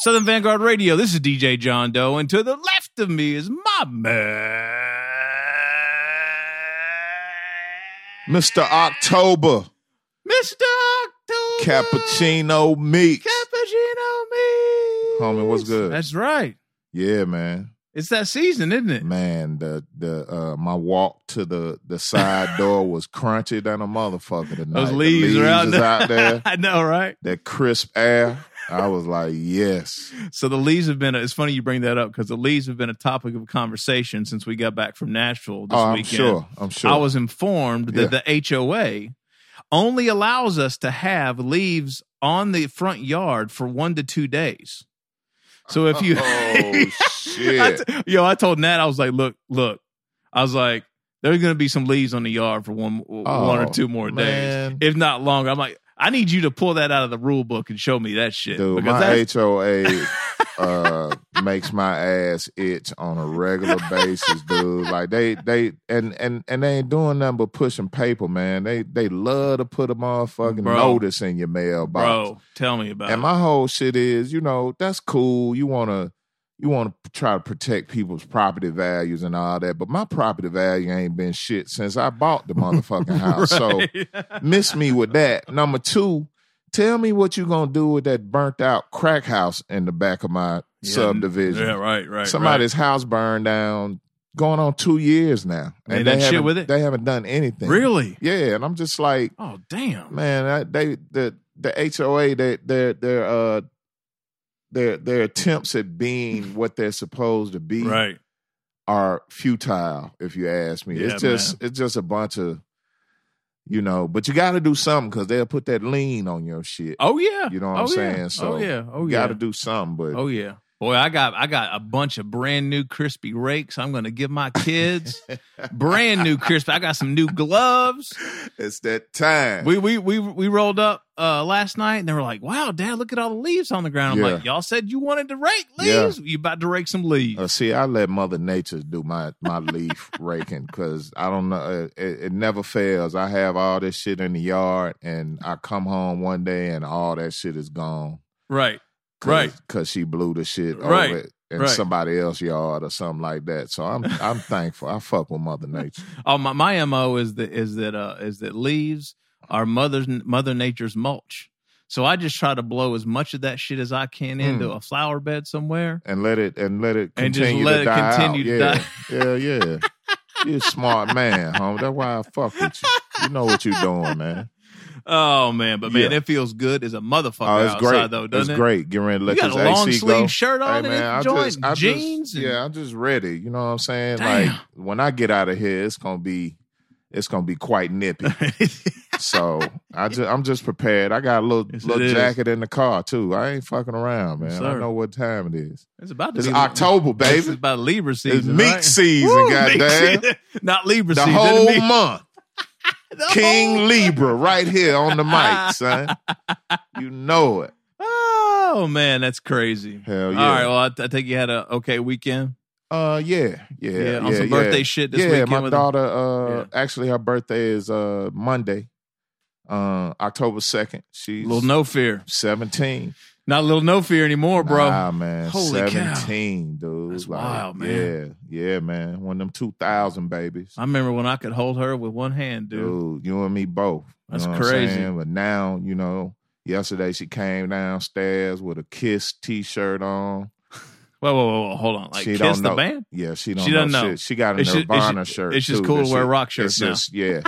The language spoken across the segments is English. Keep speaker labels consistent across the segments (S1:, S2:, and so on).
S1: Southern Vanguard Radio. This is DJ John Doe, and to the left of me is my man,
S2: Mr. October,
S1: Mr. October
S2: Cappuccino Meek.
S1: Cappuccino me.
S2: Homie, what's good?
S1: That's right.
S2: Yeah, man.
S1: It's that season, isn't it?
S2: Man, the the uh my walk to the the side door was crunchier than a motherfucker tonight.
S1: Those leaves,
S2: the
S1: are out
S2: is
S1: there.
S2: out there.
S1: I know, right?
S2: That crisp air. I was like, yes.
S1: So the leaves have been. A, it's funny you bring that up because the leaves have been a topic of conversation since we got back from Nashville this
S2: oh, I'm
S1: weekend.
S2: sure. I'm sure.
S1: I was informed that the HOA only allows us to have leaves on the front yard for one to two days. So if you,
S2: Oh
S1: I
S2: shit.
S1: t- yo, I told Nat, I was like, look, look, I was like, there's gonna be some leaves on the yard for one, one or
S2: Oh,
S1: two more
S2: man.
S1: days, if not longer. I'm like, I need you to pull that out of the rule book and show me that shit.
S2: Dude,
S1: because
S2: my
S1: that's-
S2: HOA uh makes my ass itch on a regular basis, dude. Like they they and and and they ain't doing nothing but pushing paper, man. They they love to put a motherfucking
S1: Bro.
S2: notice in your mailbox.
S1: bro, tell me about
S2: And
S1: it.
S2: my whole shit is, you know, that's cool. You wanna you wanna try to protect people's property values and all that, but my property value ain't been shit since I bought the motherfucking house. So miss me with that. Number two, tell me what you gonna do with that burnt out crack house in the back of my
S1: Yeah,
S2: subdivision.
S1: yeah, right, right.
S2: Somebody's house burned down, going on two years now,
S1: Ain't done shit
S2: haven't-
S1: with it?
S2: They haven't done
S1: right.
S2: anything.
S1: really.
S2: Yeah, and I'm just like,
S1: Oh damn,
S2: man, I, they the the HOA they their their uh their their attempts at being what they're supposed to be
S1: right.
S2: are futile if you ask me.
S1: Yeah,
S2: it's just it's just a bunch of you know, but you got to do something cuz they'll put that lean on your shit.
S1: Oh yeah,
S2: You know what I'm
S1: oh,
S2: saying?
S1: Yeah.
S2: So
S1: oh yeah, oh
S2: you
S1: yeah,
S2: got to do something, but
S1: oh yeah. Boy, I got I got a bunch of brand new crispy rakes. I'm gonna give my kids brand new crispy. I got some new gloves.
S2: it's that time.
S1: We we we we rolled up uh last night and they were like, "Wow, Dad, look at all the leaves on the ground." I'm
S2: Yeah.
S1: like, "Y'all said you wanted to rake
S2: Yeah.
S1: leaves. You about to rake some leaves?"
S2: Uh, see, I let Mother Nature do my my leaf raking because I don't know. uh, It, it never fails. I have all this shit in the yard, and I come home one day and all that shit is gone.
S1: right.
S2: Cause,
S1: Right.
S2: Because she blew the shit
S1: Right.
S2: over it in
S1: Right.
S2: somebody else's yard or something like that. So I'm I'm thankful. I fuck with Mother Nature.
S1: Oh, my my mo is that is that uh is that leaves are mother's mother nature's mulch. So I just try to blow as much of that shit as I can
S2: Hmm.
S1: into a flower bed somewhere.
S2: and let it and let it
S1: And just
S2: continue
S1: let
S2: to
S1: it
S2: die
S1: continue to
S2: out. yeah. yeah, yeah. You're a smart man, homie. That's why I fuck with you. You know what you're doing, man.
S1: Oh man, but man,
S2: Yeah.
S1: it feels good as a motherfucker
S2: Oh, it's
S1: outside
S2: great.
S1: though,
S2: it's
S1: doesn't it?
S2: great. Get ready to let
S1: You got
S2: this
S1: a long
S2: AC
S1: sleeve
S2: go.
S1: shirt on
S2: Hey,
S1: and
S2: man, I
S1: it joint
S2: just, I
S1: jeans.
S2: Just,
S1: and-
S2: yeah, I'm just ready. You know what I'm saying?
S1: Damn.
S2: Like when I get out of here, it's gonna be, it's gonna be quite nippy. so I just, I'm just prepared. I got a little
S1: Yes, it
S2: little
S1: is.
S2: jacket in the car too. I ain't fucking around, man.
S1: Yes,
S2: I
S1: sir.
S2: know what time it is.
S1: it's about to
S2: It's
S1: be
S2: October,
S1: This is
S2: baby.
S1: about Libra
S2: It's
S1: season.
S2: meat
S1: right?
S2: season,
S1: Woo, meat
S2: goddamn.
S1: season. Not Libra
S2: The
S1: season.
S2: whole
S1: meat-
S2: month.
S1: the whole-
S2: King Libra right here on the mic, son. You know it.
S1: Oh man, that's crazy.
S2: Hell yeah.
S1: All right, well, I, I think you had a okay weekend.
S2: Uh, yeah, yeah,
S1: Yeah,
S2: yeah.
S1: on some birthday shit this
S2: yeah,
S1: weekend
S2: my
S1: with them.
S2: daughter. Uh, actually, her birthday is uh Monday, uh October second. She's
S1: little no fear,
S2: seventeen,
S1: not a little no fear anymore, Oh, bro.
S2: Nah, man,
S1: Holy cow.
S2: seventeen, dude.
S1: That's wild, man.
S2: Yeah, yeah, man. One of them two thousand babies.
S1: I remember when I could hold her with one hand, dude.
S2: dude. You and me both. You
S1: That's
S2: know what I'm
S1: crazy.
S2: saying? But now, you know, yesterday she came downstairs with a Kiss T-shirt on.
S1: Whoa, whoa, whoa, whoa, hold on. Like
S2: she
S1: kiss
S2: don't
S1: the
S2: know.
S1: band.
S2: Yeah, she don't
S1: She
S2: know,
S1: doesn't know.
S2: shit. She got a
S1: It's ju- it's ju-
S2: Nirvana shirt.
S1: it's just
S2: too.
S1: cool to
S2: That
S1: wear
S2: shit-
S1: rock
S2: it's
S1: shirts now.
S2: just- yeah.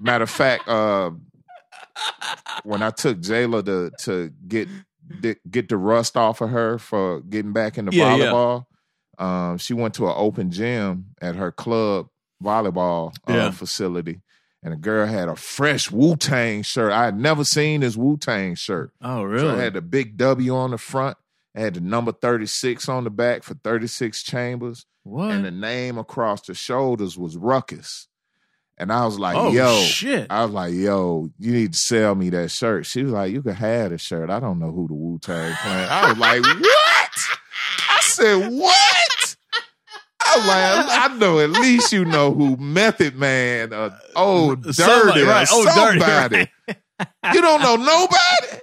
S2: Matter of fact, uh, when I took Jayla to to get get the rust off of her for getting back into
S1: Yeah, yeah.
S2: volleyball, um, she went to an open gym at her club volleyball uh,
S1: Yeah.
S2: facility, and a girl had a fresh Wu Tang shirt. I had never seen this Wu Tang shirt.
S1: Oh,
S2: So
S1: really?
S2: it had the big W on the front. It had the number thirty six on the back for thirty six chambers
S1: what?
S2: and the name across the shoulders was Ruckus. And I was like,
S1: oh
S2: yo,
S1: shit!
S2: I was like, yo, you need to sell me that shirt. She was like, you can have the shirt. I don't know who the Wu Tang playing. I was like, what? I said, what? I was like, I know at least you know who Method Man or Oh Dirty
S1: Uh, Somebody, right.
S2: or
S1: Oh, Dirty,
S2: somebody. you don't know nobody?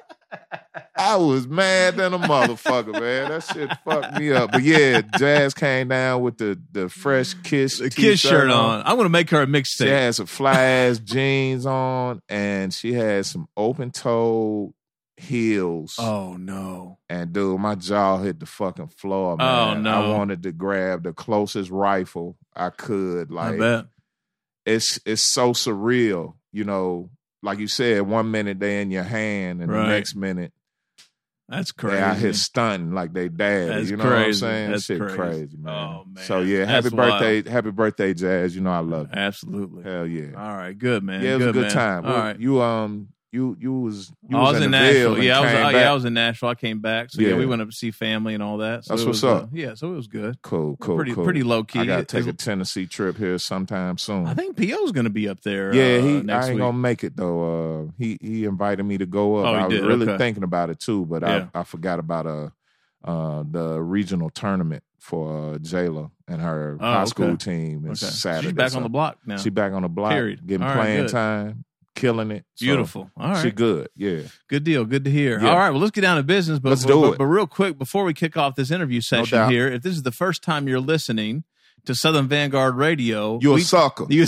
S2: I was mad than a motherfucker, man. That shit fucked me up. But yeah, Jazz came down with the the fresh kiss
S1: The kid shirt on. I'm gonna make her a
S2: She
S1: mixtape.
S2: had some fly ass jeans on, and she had some open toed heels.
S1: Oh no.
S2: And dude, my jaw hit the fucking floor, man.
S1: Oh, no.
S2: I wanted to grab the closest rifle I could.
S1: I
S2: Like
S1: bet.
S2: it's it's so surreal, you know. Like you said, one minute they in your hand, and
S1: Right.
S2: the next minute
S1: That's crazy.
S2: they out here stunting like they dad.
S1: That's
S2: you know what I'm
S1: crazy.
S2: saying?
S1: That's
S2: Shit
S1: crazy.
S2: crazy, man.
S1: Oh, man.
S2: So yeah, happy
S1: That's wild.
S2: birthday, happy birthday, Jazz. You know I love you.
S1: Absolutely.
S2: Hell yeah.
S1: All right, good man.
S2: yeah, it was
S1: good
S2: a good
S1: man.
S2: time.
S1: All
S2: Well,
S1: right.
S2: You um you you was you
S1: I was in
S2: the Ville
S1: Nashville.
S2: and
S1: Yeah, I was.
S2: came
S1: uh,
S2: back.
S1: Yeah, I was in Nashville. I came back. So yeah,
S2: Yeah.
S1: we went up to see family and all that. So
S2: That's
S1: it
S2: what's
S1: was,
S2: up.
S1: Uh, yeah, so it was good.
S2: cool, cool,
S1: pretty
S2: cool.
S1: pretty low key.
S2: I gotta take a
S1: It's-
S2: Tennessee trip here sometime soon.
S1: I think Po's going to be up there.
S2: yeah,
S1: uh,
S2: he. I
S1: next
S2: ain't
S1: week.
S2: gonna make it though. Uh, he he invited me to go up.
S1: Oh, he
S2: I was
S1: did?
S2: really
S1: Okay.
S2: thinking about it too, but
S1: Yeah.
S2: I I forgot about uh uh the regional tournament for uh, Jayla and her
S1: Oh,
S2: high
S1: okay.
S2: school team.
S1: Okay.
S2: It's Saturday.
S1: She's back
S2: so-
S1: on the block now.
S2: She back on the block.
S1: Period.
S2: Getting
S1: All right,
S2: playing
S1: good.
S2: time, killing it. So
S1: Beautiful. All right.
S2: She good. Yeah.
S1: Good deal. Good to hear.
S2: Yeah.
S1: All right. Well, let's get down to business. But,
S2: Let's
S1: but,
S2: do
S1: but,
S2: it.
S1: but real quick, before we kick off this interview session
S2: doubt.
S1: here, if this is the first time you're listening to Southern Vanguard Radio,
S2: You a
S1: we-
S2: sucker.
S1: you-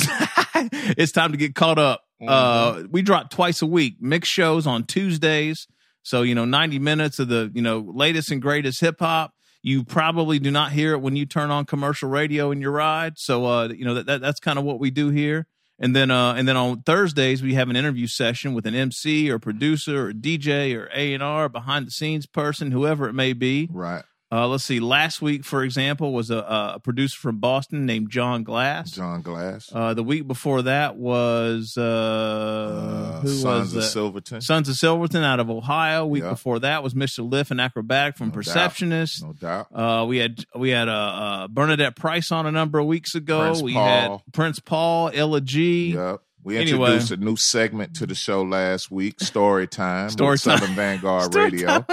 S1: it's time to get caught up. Uh, we drop twice a week, mixed shows on Tuesdays. So, you know, 90 minutes of the, you know, latest and greatest hip hop. You probably do not hear it when you turn on commercial radio in your ride. So, uh, you know, that, that that's kind of what we do here. And then, uh, and then on Thursdays we have an interview session with an MC or producer or DJ or A and R behind the scenes person, whoever it may be.
S2: right.
S1: Uh, let's see. Last week, for example, was a, a producer from Boston named John Glass.
S2: John Glass.
S1: Uh, the week before that was uh,
S2: Uh,
S1: who was
S2: Sons
S1: that?
S2: of Silverton.
S1: Sons of Silverton out of Ohio. Week
S2: Yeah.
S1: before that was Mr. Liff and Acrobatic from
S2: No doubt.
S1: Perceptionist.
S2: No doubt.
S1: Uh, we had we had uh, uh, Bernadette Price on a number of weeks ago.
S2: Prince
S1: we
S2: Paul.
S1: had Prince Paul, Ella G.
S2: Yep. We
S1: Anyway.
S2: introduced a new segment to the show last week, Story Time,
S1: Story
S2: with
S1: Time.
S2: Southern Vanguard
S1: Story
S2: Radio.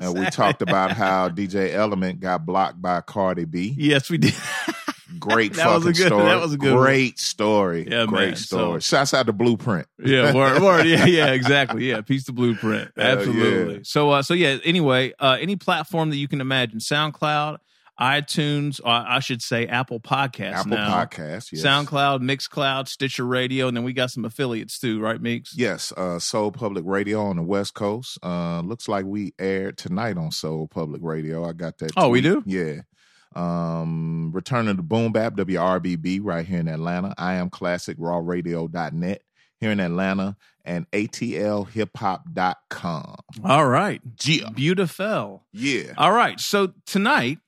S2: And we talked about how DJ Element got blocked by Cardi B.
S1: Yes, we did.
S2: Great
S1: That was
S2: fucking
S1: a good-
S2: story.
S1: that was a good one.
S2: Great story.
S1: Yeah,
S2: Great
S1: man,
S2: story. Shouts out to Blueprint.
S1: yeah, word, word. Yeah, yeah, exactly. Yeah, piece the blueprint.
S2: Hell yeah.
S1: Absolutely. So, uh, so yeah. Anyway, uh, any platform that you can imagine, SoundCloud, iTunes, or I should say Apple Podcasts.
S2: Apple
S1: now.
S2: Podcast. Yes.
S1: SoundCloud, Mixcloud, Stitcher Radio, and then we got some affiliates too, right, Meeks?
S2: Yes, uh, Soul Public Radio on the West Coast. Uh, looks like we aired tonight on Soul Public Radio. I got that.
S1: Oh, we
S2: tweet. Yeah. Um, Return of the Boom Bap, WRBB, right here in Atlanta. I am Classic Raw Radio.net here in Atlanta and ATLHipHop.com.
S1: All right.
S2: Yeah.
S1: Beautiful.
S2: Yeah.
S1: All right. So tonight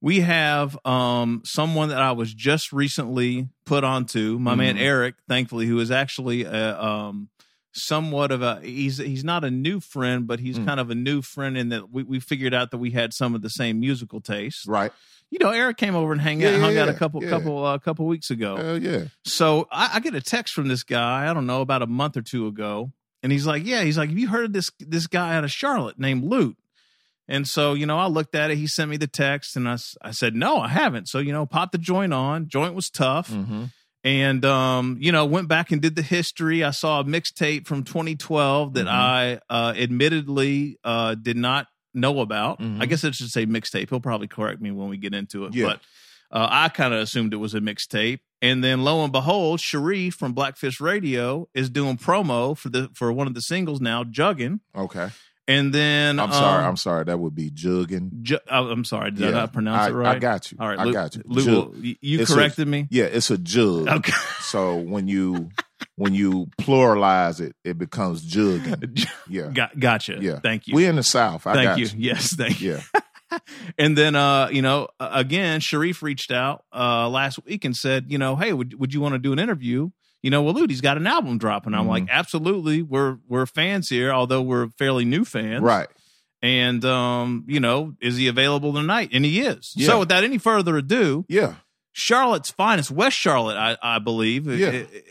S1: we have um someone that I was just recently put onto, my man
S2: Mhm.
S1: Eric, thankfully, who is actually a, um somewhat of a he's he's not a new friend, but he's
S2: Mm.
S1: kind of a new friend in that we, we figured out that we had some of the same musical tastes.
S2: Right.
S1: You know, Eric came over and hang
S2: Yeah,
S1: out,
S2: yeah,
S1: hung out a
S2: yeah,
S1: couple
S2: yeah.
S1: couple uh, couple weeks ago.
S2: Hell yeah.
S1: So I, I get a text from this guy, I don't know, about a month or two ago. And he's like, Yeah, he's like, Have you heard of this this guy out of Charlotte named Lute? And so, you know, I looked at it. He sent me the text and I, s- I said, No, I haven't. So, you know, popped the joint on. Joint was tough.
S2: Mm-hmm.
S1: And um, you know, went back and did the history. I saw a mixtape from 2012 that
S2: Mhm.
S1: I uh admittedly uh did not know about.
S2: Mhm.
S1: I guess I should say mixtape. He'll probably correct me when we get into it.
S2: Yeah.
S1: But uh, I kind of assumed it was a mixtape. And then lo and behold, Sharif from Blackfish Radio is doing promo for the for one of the singles now, Juggin.
S2: Okay.
S1: And then
S2: I'm sorry.
S1: um,
S2: I'm sorry. That would be Juggin.
S1: Ju- oh, I'm sorry. Did I
S2: Yeah.
S1: not pronounce
S2: I,
S1: it right?
S2: I got you.
S1: All right,
S2: I
S1: Lou-
S2: got you.
S1: Lou,
S2: Jug.
S1: you- you
S2: It's a-
S1: corrected me.
S2: Yeah, it's a jug.
S1: Okay.
S2: So when you when you pluralize it, it becomes jugging. Yeah.
S1: Got, gotcha.
S2: Yeah.
S1: Thank you.
S2: We in the South. I
S1: thank
S2: got
S1: you.
S2: you.
S1: Yes. Thank you.
S2: Yeah.
S1: And then, uh, you know, uh, again, Sharif reached out uh, last week and said, you know, hey, would, would you want to do an interview? You know, well, Lute, he's got an album dropping. I'm
S2: Mhm.
S1: like, absolutely. We're we're fans here, although we're fairly new fans.
S2: Right.
S1: And um, you know, is he available tonight? And he is.
S2: Yeah.
S1: So without any further ado,
S2: Yeah.
S1: Charlotte's finest, West Charlotte, I, I believe.
S2: Yeah.
S1: I- I-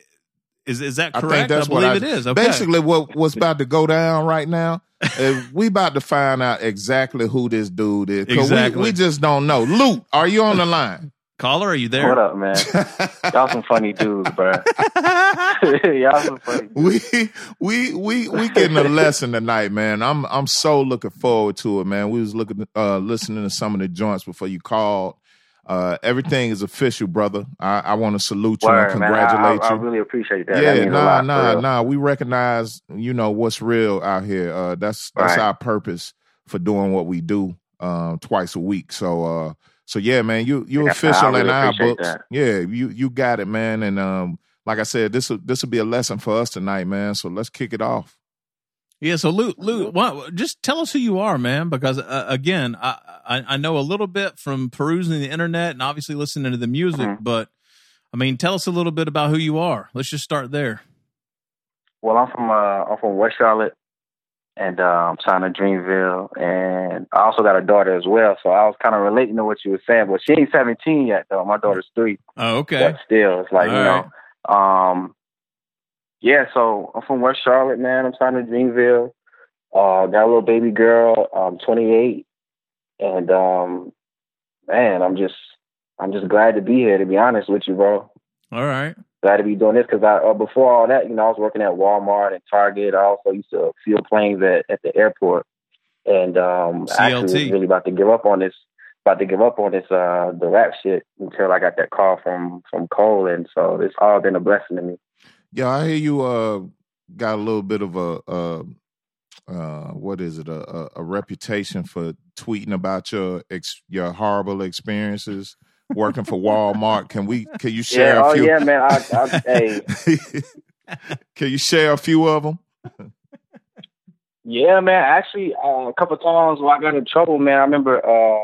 S1: Is is that
S2: I think
S1: correct?
S2: that's what
S1: believe
S2: I-
S1: it is. Okay.
S2: Basically what what's about to go down right now, uh, we about to find out exactly who this dude is. 'Cause we-
S1: Exactly.
S2: we, just don't know. Luke, are you on the line?
S1: Caller, are you there?
S3: What up, man? Y'all some funny dudes, bro. Y'all some funny.
S2: we we we we getting a lesson tonight, man. I'm I'm so looking forward to it, man. We was looking uh listening to some of the joints before you called. Uh everything is official, brother. I, I want to salute you
S3: Word,
S2: and
S3: man. I-
S2: congratulate
S3: I, I,
S2: you.
S3: really appreciate that. that
S2: yeah,
S3: means
S2: nah,
S3: a lot,
S2: nah,
S3: bro.
S2: nah. We recognize, you know, what's real out here. Uh, that's that's
S3: Right.
S2: our purpose for doing what we do um, twice a week. So, uh, so yeah, man, you you
S3: Yeah, I
S2: official in
S3: really
S2: our
S3: appreciate
S2: books.
S3: that.
S2: Yeah, you you got it, man. And um, like I said, this will this will be a lesson for us tonight, man. So let's kick it off.
S1: Yeah, so Lou, Lou, why- just tell us who you are, man, because uh, again, I, I I know a little bit from perusing the internet and obviously listening to the music,
S2: Mm-hmm.
S3: Mhm.
S1: but I mean, tell us a little bit about who you are. Let's just start there.
S3: Well, I'm from uh, I'm from West Charlotte, and uh, I'm signed to Dreamville, and I also got a daughter as well. So I was kind of relating to what you were saying, but she ain't 17 yet though. My daughter's three,
S1: Oh, okay.
S3: but still, it's like
S1: All
S3: you know, um, yeah. So I'm from West Charlotte, man. I'm signed to Dreamville. Uh, got a little baby girl. I'm 28, and um, man, I'm just I'm just glad to be here. To be honest with you, bro
S1: All right.
S3: glad to be doing this because I uh, before all that, you know, I was working at Walmart and Target. I also used to field planes at, at the airport, and um, I actually
S1: CLT.
S3: was really about to give up on this, about to give up on this uh, the rap shit until I got that call from from Cole, and so it's all been a blessing to me.
S2: Yeah, I hear you. Uh, got a little bit of a uh, uh, what is it? A, a, a reputation for tweeting about your ex, your horrible experiences working for Walmart. Can we? Can you share
S3: yeah,
S2: a
S3: oh
S2: few?
S3: yeah, man. I, I, hey,
S2: Can you share a few of them?
S3: Yeah, man. Actually, uh, a couple times when I got in trouble, man, I remember uh,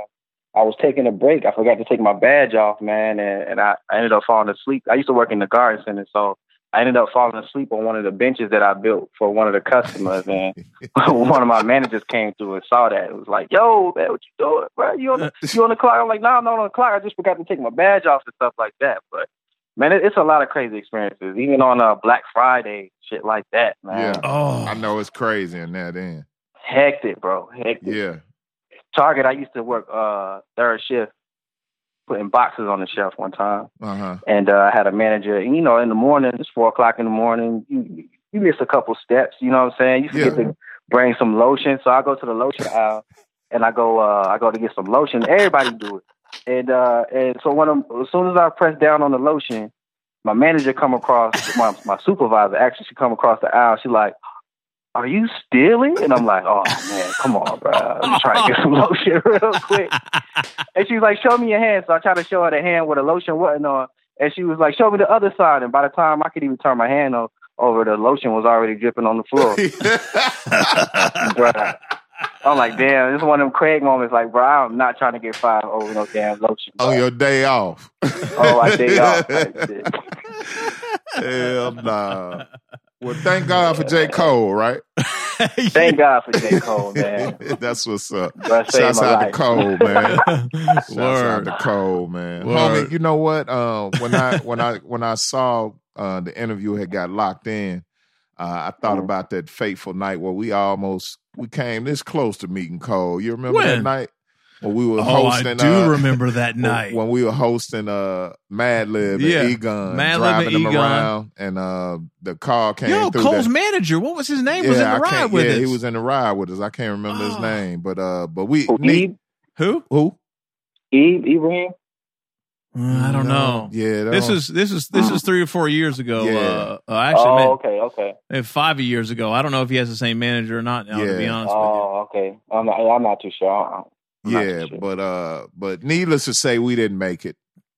S3: I was taking a break. I forgot to take my badge off, man, and, and I, I ended up falling asleep. I used to work in the garden center, so I ended up falling asleep on one of the benches that I built for one of the customers. And one of my managers came through and saw that. It was like, "Yo, man, what you doing, bro? You on the, you on the clock?" I'm like, "No, I'm not on the clock. I just forgot to take my badge off and stuff like that." But man, it, it's a lot of crazy experiences, even on uh, Black Friday, shit like that, man.
S2: Yeah.
S1: Oh,
S2: I know it's crazy in that end.
S3: Hectic, bro. Hectic.
S2: Yeah.
S3: Target, I used to work uh third shift, putting boxes on the shelf one time,
S2: Uh huh.
S3: and uh, I had a manager. And you know, in the morning, it's four o'clock in the morning. You you miss a couple steps. You know what I'm saying? You forget
S2: Yeah.
S3: to bring some lotion, so I go to the lotion aisle, and I go uh I go to get some lotion. Everybody do it, and uh and so when I'm, as soon as I press down on the lotion, my manager come across my my supervisor. Actually, she come across the aisle. She like. Are you stealing? And I'm like, oh man, come on, bro. I'm trying to get some lotion real quick. And she's like, show me your hand. So I tried to show her the hand where the lotion wasn't on. And she was like, show me the other side. And by the time I could even turn my hand o- over, the lotion was already dripping on the floor. Bruh. I'm like, damn, this is one of them Craig moments. Like, bro, I'm not trying to get fired over no damn lotion.
S2: On your day off.
S3: oh, I dig off. type shit.
S1: Oh.
S2: Hell nah. Well, thank God for J. Cole, right?
S3: Thank God for J. Cole, man.
S2: That's what's up.
S3: Bro, saved
S2: Shouts
S3: my
S2: out
S3: life.
S2: to Cole, man. Shouts out
S1: Word.
S2: to Cole, man.
S1: Word.
S2: Homie, you know what? Uh, when I when I when I saw uh, the interview had got locked in, uh, I thought
S3: Mhm.
S2: about that fateful night where we almost we came this close to meeting Cole. You remember that
S1: When?
S2: night when we were
S1: Oh, I
S2: hosting?
S1: do
S2: uh,
S1: remember that
S2: when-
S1: night.
S2: when we were hosting uh Mad Lib and
S1: Yeah.
S2: Egon,
S1: Mad Lib
S2: driving
S1: and
S2: them
S1: Egon.
S2: around, and uh the car came
S1: Yo,
S2: through.
S1: Cole's
S2: that-
S1: manager, what was his name? was in
S2: I
S1: the ride
S2: can't-
S1: with
S2: yeah,
S1: us.
S2: he was in the ride with us. I can't remember his
S1: Oh.
S2: name, but uh, but we
S3: Who,
S2: Nick-
S3: Eve,
S1: Who?
S2: who?
S3: Eve, Ibrahim.
S1: Mm, I don't know.
S2: Yeah, that
S1: This
S2: don't-
S1: is this is this is three or four years ago.
S2: Yeah.
S1: Uh, uh, I actually,
S3: Oh,
S1: met
S3: okay, okay.
S1: uh, five years ago. I don't know if he has the same manager or not. Now, to be
S2: Yeah.
S1: honest with
S3: Oh, okay. I'm not, I'm not too sure. I'm not
S2: yeah,
S3: too
S2: but uh, but needless to say, we didn't make it.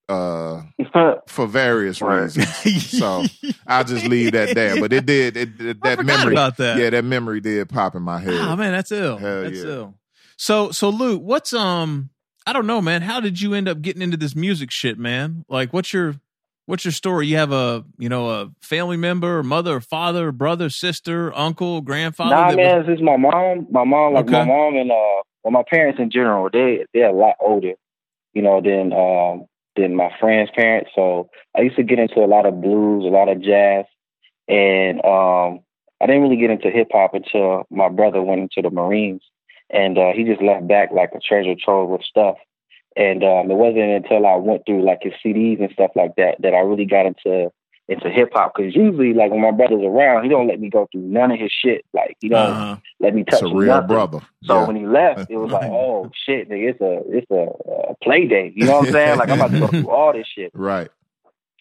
S2: Uh,
S3: sure.
S2: for various
S3: Right.
S2: reasons,
S1: you.
S3: Oh.
S2: So, I'll just leave that there. But it did it, it-
S1: I
S2: that
S1: forgot
S2: memory.
S1: about that.
S2: Yeah, that memory did pop in my head.
S1: Oh man, that's ill.
S2: Hell
S1: that's
S2: yeah.
S1: ill. So so Luke, what's um I don't know, man. How did you end up getting into this music shit, man? Like what's your what's your story? You have a you know, a family member, mother, father, brother, sister, uncle, grandfather
S3: Nah,
S1: that
S3: man, this is my mom. My mom, like my
S1: Okay.
S3: mom and uh, well, my parents in general, they they're a lot older, you know, than um than my friends' parents. So I used to get into a lot of blues, a lot of jazz, and um, I didn't really get into hip hop until my brother went into the Marines, and uh, he just left back like a treasure trove of stuff. And um, it wasn't until I went through like his CDs and stuff like that that I really got into into hip hop. Because usually, like when my brother's around, he don't let me go through none of his shit. Like he don't
S1: Uh-huh.
S3: let me touch
S2: It's a
S3: him
S2: real
S3: nothing.
S2: brother.
S3: So
S2: Yeah.
S3: when he left, it was like, oh shit, nigga, it's a it's a, a play date. You know what I'm saying? Like I'm about to go through all this shit.
S2: Right.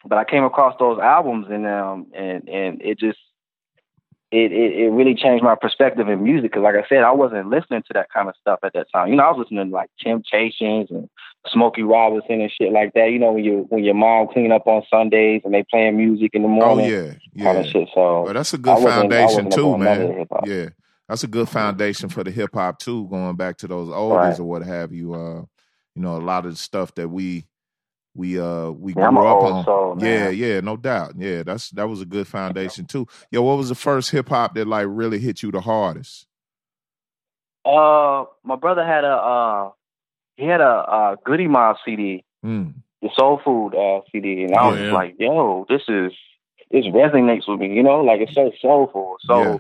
S3: But I came across those albums and um and and it just it it, it really changed my perspective in music because like I said, I wasn't listening to that kind of stuff at that time. You know, I was listening to like Temptations and Smokey Robinson and shit like that. You know, when you when your mom clean up on Sundays and they playing music in the
S2: Oh
S3: morning,
S2: yeah.
S3: kind
S2: Yeah.
S3: of shit. So
S2: Well, that's a
S3: I
S2: good
S3: wasn't- I
S2: foundation
S3: wasn't up
S2: too,
S3: on none of
S2: man.
S3: the hip-hop.
S2: Yeah, that's a good foundation for the hip hop too. Going back to those oldies
S3: Right.
S2: or what have you. Uh, you know, a lot of the stuff that we we uh we grew
S3: Yeah, I'm an
S2: up
S3: old
S2: on.
S3: soul, man.
S2: Yeah, yeah, no doubt. Yeah, that's that was a good foundation too. Yo, what was the first hip hop that like really hit you the hardest?
S3: Uh, my brother had a uh, he had a uh Goody Mob CD,
S2: Mm.
S3: the Soul Food uh CD, and I was
S1: Yeah.
S3: just like, yo, this is this resonates with me, you know, like it's so soulful, so
S2: Yeah.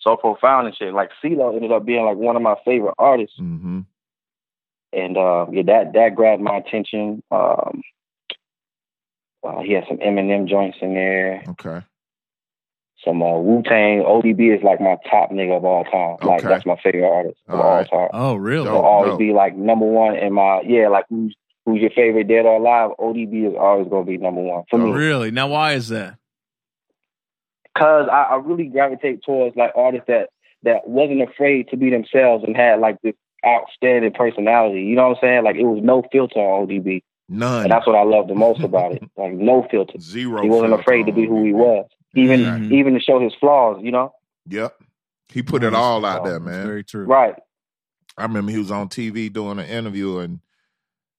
S3: so profound and shit. Like CeeLo ended up being like one of my favorite artists,
S2: hmm
S3: and uh, yeah, that that grabbed my attention. Um, uh, he had some Eminem joints in there,
S2: Okay.
S3: some uh, Wu Tang. ODB is like my top nigga of all time. Like
S2: Okay.
S3: that's my favorite artist of
S2: All
S3: all
S2: right.
S3: time.
S1: Oh, really?
S2: Dope.
S3: will always
S2: dope.
S3: be like number one in my yeah, like who's who's your favorite dead or alive? ODB is always gonna be number one for
S2: Dope.
S3: me
S1: Really? Now, why is that?
S3: because I, I really gravitate towards like artists that that wasn't afraid to be themselves and had like this outstanding personality. You know what I'm saying? Like it was no filter on ODB, and
S2: None.
S3: that's what I love the most about it. Like no filter.
S2: Zero.
S3: He wasn't
S2: filter
S3: afraid to
S2: on
S3: be who he
S2: it.
S3: was, even
S2: Mm-hmm.
S1: Mhm.
S3: even to show his flaws. You know,
S2: Yep. He put it
S3: Mm-hmm.
S1: Nice.
S2: all out there,
S1: That's
S2: man.
S1: very true.
S3: right?
S2: I remember he was on TV doing an interview and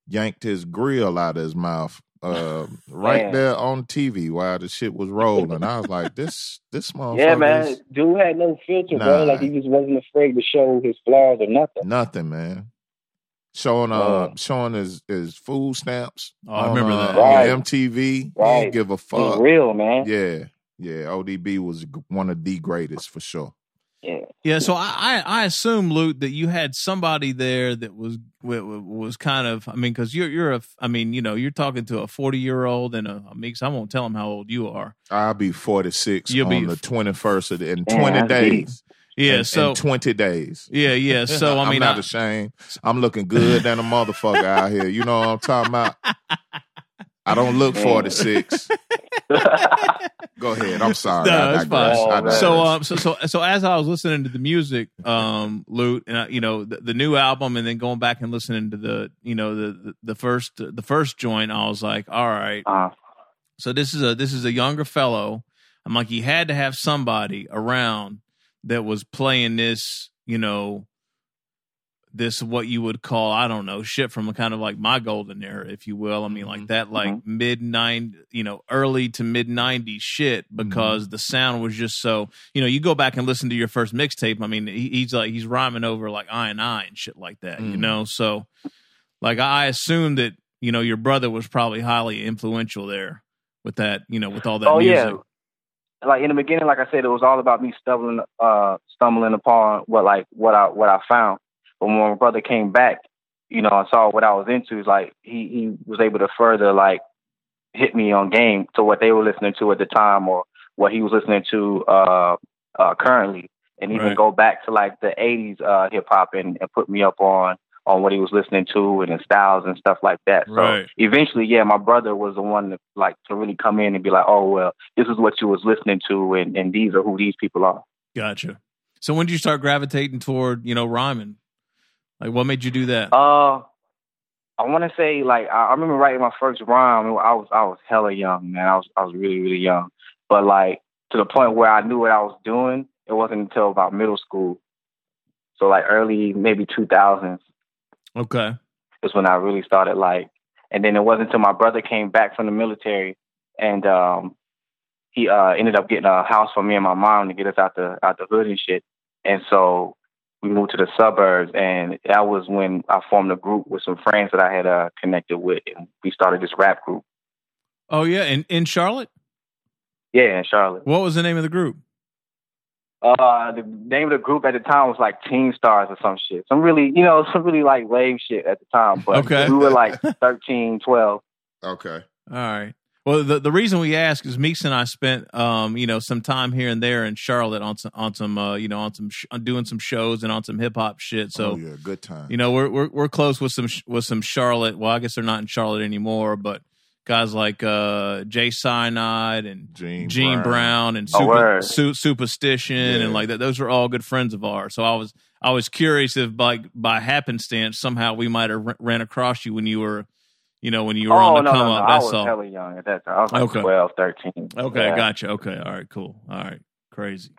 S2: yanked his grill out of his mouth uh, right
S3: Man.
S2: there on TV while the shit was rolling. I was like, this this motherfucker
S3: yeah, man.
S2: is
S3: Dude had no filter,
S2: Nah.
S3: bro. Like he just wasn't afraid to show his flaws or nothing.
S2: nothing, man. Showing uh,
S3: Wow.
S2: showing his his food stamps.
S1: Oh, I remember
S2: uh,
S1: that.
S2: on
S3: Right.
S2: MTV. He
S3: Right.
S2: didn't give a
S3: He was
S2: fuck.
S3: real, man.
S2: Yeah, yeah. ODB was g- one of the greatest for sure.
S3: Yeah.
S1: Yeah, so I, I I assume Luke that you had somebody there that was wa- wa- was kind of I mean because you're you're a f- I mean you know you're talking to a forty year old and a, a mix I won't tell him how old you are
S2: I'll be forty six
S1: You'll
S2: on
S1: be-
S2: the twenty first of the, in
S3: Yeah,
S2: twenty
S3: that's deep.
S2: days.
S1: yeah
S2: In- in
S1: so
S2: twenty days.
S1: yeah yeah so I
S2: I'm
S1: mean
S2: not
S1: I-
S2: ashamed. I'm looking good than a motherfucker out here. You know what I'm talking about? I don't look 46. Go ahead. I'm sorry.
S1: No,
S2: I
S1: it's
S2: digress.
S3: fine.
S2: I
S3: Oh, man.
S2: digress.
S1: so um so so so as I was listening to the music um Luke and I, you know the, the new album and then going back and listening to the you know the the, the first the first joint I was like all right
S3: uh,
S1: So this is a this is a younger fellow. I'm like, he had to have somebody around that was playing this, you know, this what you would call, I don't know, shit from a kind of like my golden era, if you will. I mean, like that like mid nine, you know, early to mid nineties shit because the sound was just so you know, you go back and listen to your first mixtape. I mean, he, he's like he's rhyming over like I and I and shit like that, you
S2: Mhm.
S1: know. So, like, I assume that you know your brother was probably highly influential there with that, you know, with all that
S3: oh
S1: music.
S3: yeah. Like in the beginning, like I said, it was all about me stumbling, uh, stumbling upon what like what I what I found. But when my brother came back, you know, and saw what I was into, it's like he he was able to further like hit me on game to what they were listening to at the time or what he was listening to uh, uh, currently, and even
S1: Right.
S3: go back to like the '80s uh, hip hop and, and put me up on on what he was listening to and his styles and stuff like that. So
S1: Right.
S3: eventually, yeah, my brother was the one to like to really come in and be like, "Oh well, this is what you was listening to, and and these are who these people are."
S1: Gotcha. So when did you start gravitating toward, you know, rhyming? Like what made you do that?
S3: Uh, I want to say like I, I remember writing my first rhyme. I was I was hella young, man. I was I was really really young, but like to the point where I knew what I was doing. It wasn't until about middle school, so like early maybe two thousands
S1: okay.
S3: is when I really started like. And then it wasn't until my brother came back from the military, and um, he uh, ended up getting a house for me and my mom to get us out the out the hood and shit. And so we moved to the suburbs, and that was when I formed a group with some friends that I had uh, connected with, and we started this rap group.
S1: Oh yeah, in in Charlotte?
S3: Yeah, in Charlotte.
S1: What was the name of the group?
S3: Uh, the name of the group at the time was like Teen Stars or some shit. Some really, you know, some really like lame shit at the time. But
S1: Okay.
S3: we were like 13, 12.
S1: um,
S2: Okay.
S1: All right. Well, the, the reason we ask is Meeks and I spent, um, you know, some time here and there in Charlotte on some, on some, uh, you know, on some, sh- on doing some shows and on some hip hop shit. So,
S2: oh, yeah, good time.
S1: you know, we're, we're, we're close with some, sh- with some Charlotte. Well, I guess they're not in Charlotte anymore, but guys like, uh, Jay Cyanide and
S2: Gene,
S1: Gene Brown and
S3: Oh,
S1: super,
S3: word.
S1: su- Superstition
S2: Yeah.
S1: and like that. Those were all good friends of ours. So I was I was curious if like by happenstance somehow we might have r- ran across you when you were, you know, when you were
S3: oh,
S1: on the
S3: no,
S1: come
S3: no, no.
S1: up.
S3: I
S1: That's
S3: was
S1: all.
S3: hella young at that time. I was like
S1: Okay.
S3: twelve, thirteen. 12, 13.
S1: Okay,
S3: Yeah.
S1: gotcha. Okay, all right, cool. All right, crazy.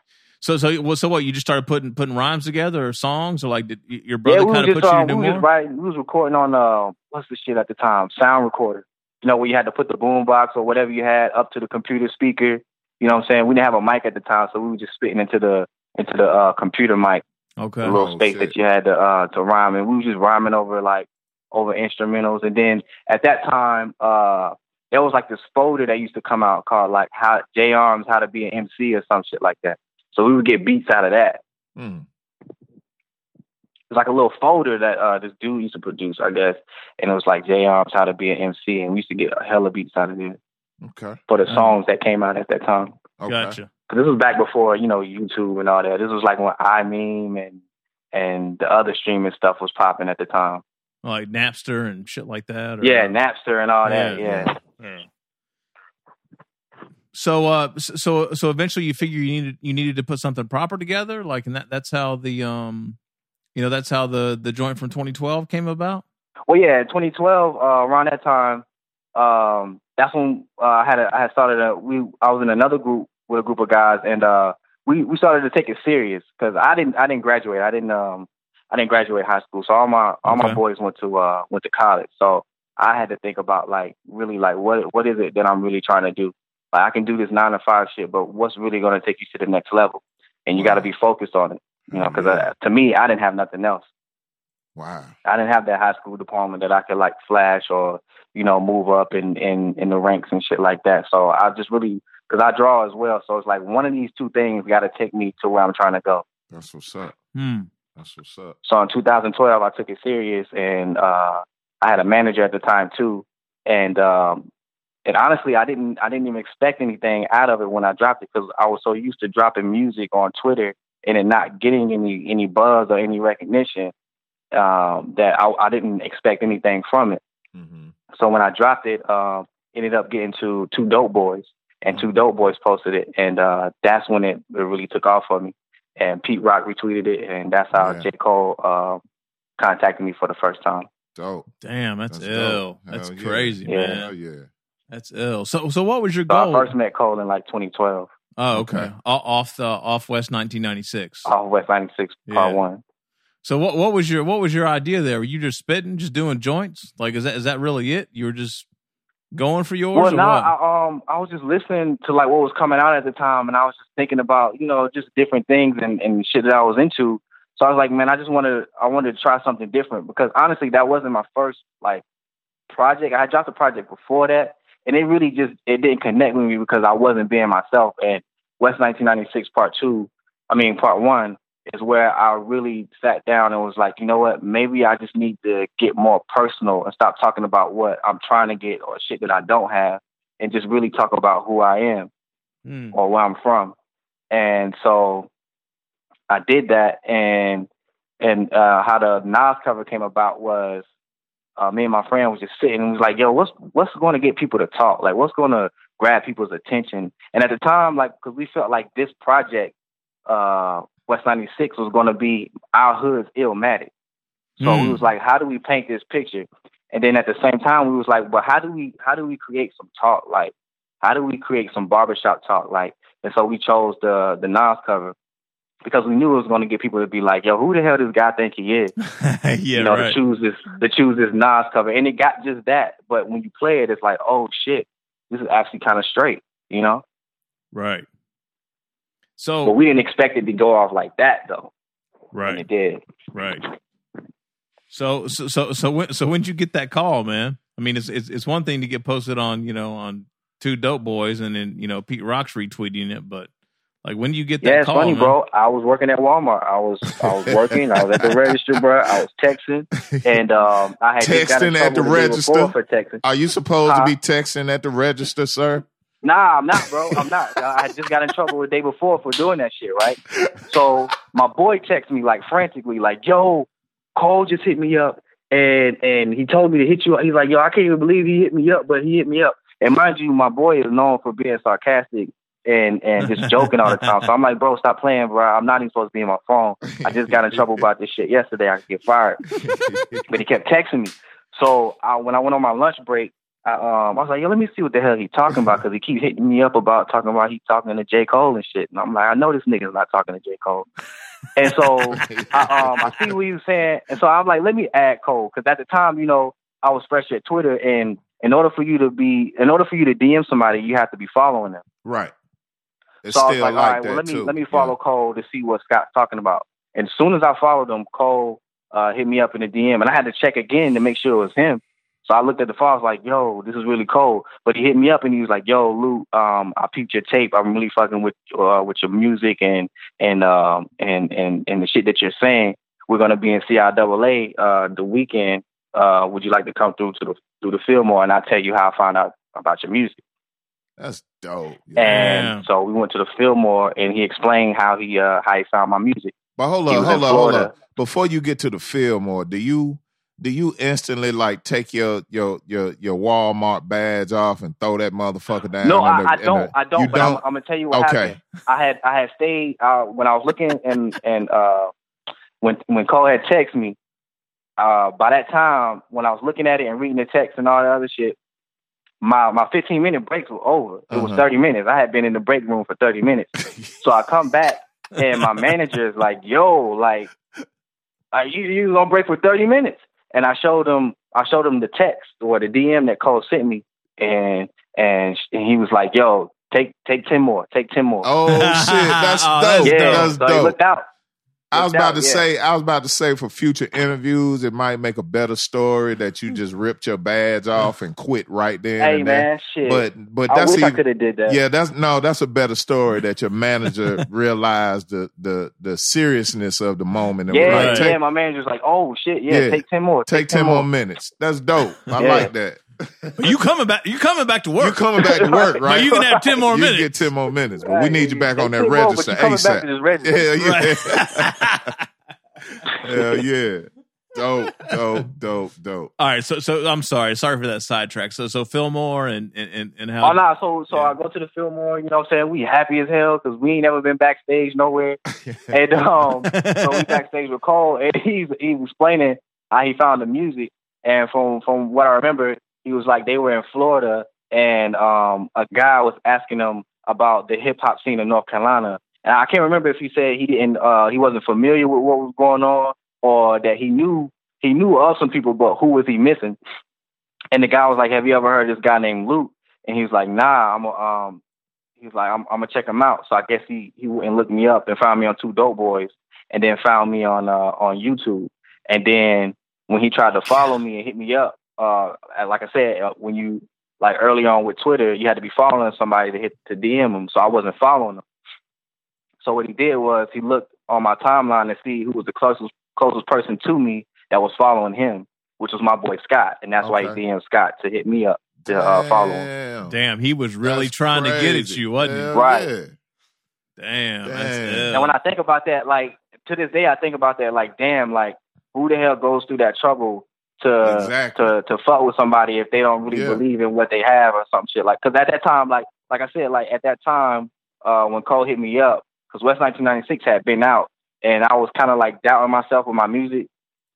S1: So so well, so what? You just started putting putting rhymes together or songs or like did y- your brother
S3: yeah, we
S1: kind
S3: was
S1: of
S3: just,
S1: put you
S3: uh,
S1: to do
S3: we
S1: more?
S3: was writing, we was recording on uh, what's the shit at the time? Sound recorder. You know, where you had to put the boom box or whatever you had up to the computer speaker. You know what I'm saying? We didn't have a mic at the time, so we were just spitting into the into the uh, computer mic,
S1: Okay,
S3: the little
S2: Oh,
S3: space
S2: shit.
S3: that you had to uh, to rhyme, and we were just rhyming over like over instrumentals. And then at that time, uh, there was like this folder that used to come out called like how J Arms How to Be an MC or some shit like that. So we would get beats out of that
S2: Mm.
S3: it's like a little folder that uh this dude used to produce, I guess, and it was like J Arms how to be an MC, and we used to get a hella beats out of there
S2: Hmm. Okay.
S3: for the
S1: Oh.
S3: songs that came out at that time.
S2: Okay.
S1: gotcha.
S3: 'Cause this was back before you know YouTube and all that. This was like when iMeme and and the other streaming stuff was popping at the time.
S1: Like Napster and shit like that. Or,
S3: Yeah, Napster and all that.
S1: Yeah.
S3: Yeah,
S1: So uh s- so so eventually you figure you needed you needed to put something proper together like and that that's how the um you know that's how the the joint from 2012 came about.
S3: Well, yeah, in 2012, uh, around that time, um, that's when uh, I had a, I had started a we I was in another group with a group of guys, and uh, we we started to take it serious because I didn't I didn't graduate I didn't um I didn't graduate high school, so all my all
S1: Okay.
S3: my boys went to uh went to college, so I had to think about like really like what what is it that I'm really trying to do? Like I can do this nine to five shit, but what's really going to take you to the next level? And you got to be focused on it, you know, because to me I didn't have nothing else.
S2: Wow.
S3: I didn't have that high school diploma that I could like flash or you know move up in in in the ranks and shit like that. So I just really because I draw as well. So it's like one of these two things got to take me to where I'm trying to go.
S2: That's what's up.
S1: Hmm.
S2: That's what's up.
S3: So in 2012, I took it serious, and uh, I had a manager at the time too, and um, and honestly, I didn't I didn't even expect anything out of it when I dropped it because I was so used to dropping music on Twitter and it not getting any any buzz or any recognition um, that I, I didn't expect anything from it.
S2: Mm-hmm.
S3: So when I dropped it, um, ended up getting to two dope boys, and two dope boys posted it, and uh, that's when it, it really took off for me. And Pete Rock retweeted it, and that's how
S2: Yeah.
S3: J Cole uh, contacted me for the first time.
S2: Dope.
S1: Damn, that's,
S2: That's dope.
S1: ill.
S2: Hell
S1: That's
S2: yeah.
S1: crazy,
S3: Yeah.
S1: man.
S2: Hell yeah.
S1: That's ill. So so what was your
S3: So
S1: goal?
S3: I first met Cole in like 2012
S1: oh, okay.
S2: Okay.
S1: O- Off the off West 1996.
S3: off West 96
S1: Yeah.
S3: Part One.
S1: So what what was your what was your idea there? Were you just spitting, just doing joints? Like is that is that really it? You were just going for yours
S3: Well,
S1: or
S3: no,
S1: what?
S3: I, um, I was just listening to like what was coming out at the time, and I was just thinking about you know just different things and and shit that I was into. So I was like, man, I just wanted I wanted to try something different because honestly, that wasn't my first like project. I had dropped a project before that, and it really just it didn't connect with me because I wasn't being myself. And West 1996 Part Two, I mean Part One, is where I really sat down and was like, you know what? Maybe I just need to get more personal and stop talking about what I'm trying to get or shit that I don't have and just really talk about who I am
S1: Hmm.
S3: or where I'm from. And so I did that and and uh how the Nas cover came about was uh, me and my friend was just sitting and was like, yo, what's what's going to get people to talk? Like, what's going to grab people's attention? And at the time, like, because we felt like this project, uh, West 96, was going to be our hood's Illmatic. So we
S1: Hmm.
S3: was like, how do we paint this picture? And then at the same time, we was like, but how do we how do we create some talk? Like, how do we create some barbershop talk? Like, and so we chose the the Nas cover because we knew it was going to get people to be like, yo, who the hell does God think he is?
S1: yeah,
S3: you know,
S1: right.
S3: to choose this to choose this Nas cover, and it got just that. But when you play it, it's like, oh shit, this is actually kind of straight, you know.
S1: Right.
S3: But
S1: So
S3: we didn't expect it to go off like that though, and
S1: Oh. right,
S3: it did.
S1: right. So so so so when so when'd you get that call, man? I mean, it's it's it's one thing to get posted on you know on two dope boys and then you know Pete Rock's retweeting it, but Like when do you get that
S3: Yeah, it's
S1: call,
S3: funny,
S1: man?
S3: bro. I was working at Walmart. I was I was working. I was at the register, bro. I was texting, and um, I had just got in
S2: Texting at the
S3: trouble day
S2: register?
S3: before for texting.
S2: Are you supposed
S3: Huh?
S2: to be texting at the register, sir?
S3: Nah, I'm not, bro. I'm not. I had just got in trouble the day before for doing that shit, right? So my boy texted me like frantically, like, "Yo, Cole just hit me up, and and he told me to hit you." up. He's like, "Yo, I can't even believe he hit me up, but he hit me up." And mind you, my boy is known for being sarcastic and and just joking all the time. So I'm like, "Bro, stop playing, bro. I'm not even supposed to be on my phone. I just got in trouble about this shit yesterday. I could get fired." but he kept texting me. So I, when I went on my lunch break, I, um, I was like, "Yo, let me see what the hell he's talking about," because he keeps hitting me up about talking about he's talking to J Cole and shit. And I'm like, "I know this nigga's not talking to J Cole." And so I, um, I see what he was saying, and so I'm like, "Let me add Cole," because at the time, you know, I was fresh at Twitter, and in order for you to be, in order for you to DM somebody, you have to be following them
S2: right. It's
S3: so I was
S2: still
S3: like,
S2: like,
S3: all right,
S2: that
S3: well, let me
S2: too.
S3: let me follow Cole to see what Scott's talking about. And as soon as I followed him, Cole uh, hit me up in the DM, and I had to check again to make sure it was him. So I looked at the file, I was like, yo, this is really Cole. But he hit me up and he was like, yo, Lou, um, I peeped your tape. I'm really fucking with uh, with your music and and um and and and the shit that you're saying. We're gonna be in CIAA uh, the weekend. Uh, would you like to come through to the through the Fillmore and I'll tell you how I found out about your music?
S2: Yeah. That's dope. Yeah.
S3: And
S1: Yeah.
S3: so we went to the Fillmore, and he explained how he uh, how he found my music.
S2: But hold
S3: He
S2: up,
S3: was in
S2: hold up, hold
S3: Florida.
S2: up. Before you get to the Fillmore, do you do you instantly like take your your your your Walmart badge off and throw that motherfucker down? in
S3: no, I,
S2: the-
S3: I
S2: in
S3: don't,
S2: the-
S3: I don't.
S2: You
S3: But I'm, I'm gonna tell you what
S2: okay,
S3: happened. I had I had stayed uh, when I was looking and and uh, when when Cole had texted me. Uh, by that time, when I was looking at it and reading the text and all that other shit, my my 15 minute breaks were over. It was
S2: Uh-huh.
S3: 30 minutes. I had been in the break room for 30 minutes. So I come back and my manager is like, "Yo, like, are you you on break for thirty minutes?" And I showed him, I showed him the text or the DM that Cole sent me, and and, sh- and he was like, "Yo, take take ten more, take ten more."
S2: oh shit, that's
S1: Oh, that's
S2: dope.
S3: yeah,
S2: That's
S3: so he
S2: dope.
S3: looked out.
S2: I was
S3: looked
S2: about
S3: out,
S2: to
S3: yeah.
S2: say, I was about to say for future interviews, it might make a better story that you just ripped your badge off and quit right then.
S3: Hey
S2: and there.
S3: man, shit.
S2: But but
S3: I
S2: that's
S3: wish I
S2: even,
S3: could have did that.
S2: Yeah, that's no, that's a better story that your manager realized the the the seriousness of the moment and
S3: yeah,
S2: was like,
S1: Right.
S2: take,
S3: yeah. My manager's like, "Oh shit, yeah,
S2: Yeah.
S3: take ten more,
S2: take ten more minutes. That's dope. I
S3: Yeah.
S2: like that.
S1: But you coming back? You coming back to work?
S2: You coming back to work,
S1: Now
S2: right?
S1: you can have ten more
S2: You
S1: minutes.
S2: get ten more minutes, but we
S3: Right,
S2: need you back
S3: take
S2: on that
S3: 10 more, but
S2: register
S3: you coming back to
S2: ASAP.
S3: this register.
S2: Yeah,
S1: Right.
S2: yeah, Hell yeah. Dope, dope, dope, dope.
S1: All right. So so I'm sorry. Sorry for that sidetrack. So so Fillmore and and and, and how
S3: Oh nah, so so
S1: Yeah.
S3: I go to the Fillmore. You know what I'm saying? We happy as hell because we ain't never been backstage nowhere. and um, so we backstage with Cole, and he's he's explaining how he found the music. And from from what I remember, he was like they were in Florida, and um, a guy was asking him about the hip hop scene in North Carolina. And I can't remember if he said he didn't uh, he wasn't familiar with what was going on, or that he knew he knew of some people, but who was he missing? And the guy was like, "Have you ever heard of this guy named Luke?" And he was like, "Nah, I'm a, um." He was like, "I'm, I'm gonna check him out." So I guess he he went and looked me up and found me on Two Dope Boys, and then found me on uh on YouTube. And then when he tried to follow me and hit me up, uh, and like I said, uh, when you like early on with Twitter, you had to be following somebody to hit to DM them. So I wasn't following them. So what he did was he looked on my timeline to see who was the closest closest person to me that was following him, which was my boy Scott, and that's why
S2: Okay.
S3: he DM'd Scott to hit me up to uh, follow him.
S2: Damn.
S1: damn, he was really
S2: That's
S1: trying to get at
S2: crazy.
S1: you, wasn't
S2: Hell
S1: he?
S3: Right.
S2: yeah.
S1: Damn.
S2: Damn.
S1: That's ill.
S3: And when I think about that, like to this day, I think about that, like damn, like who the hell goes through that trouble to
S2: Exactly.
S3: to to fuck with somebody if they don't really
S2: Yeah.
S3: believe in what they have or some shit like? Because at that time, like like I said, like at that time uh, when Cole hit me up, because West 1996 had been out, and I was kind of like doubting myself with my music,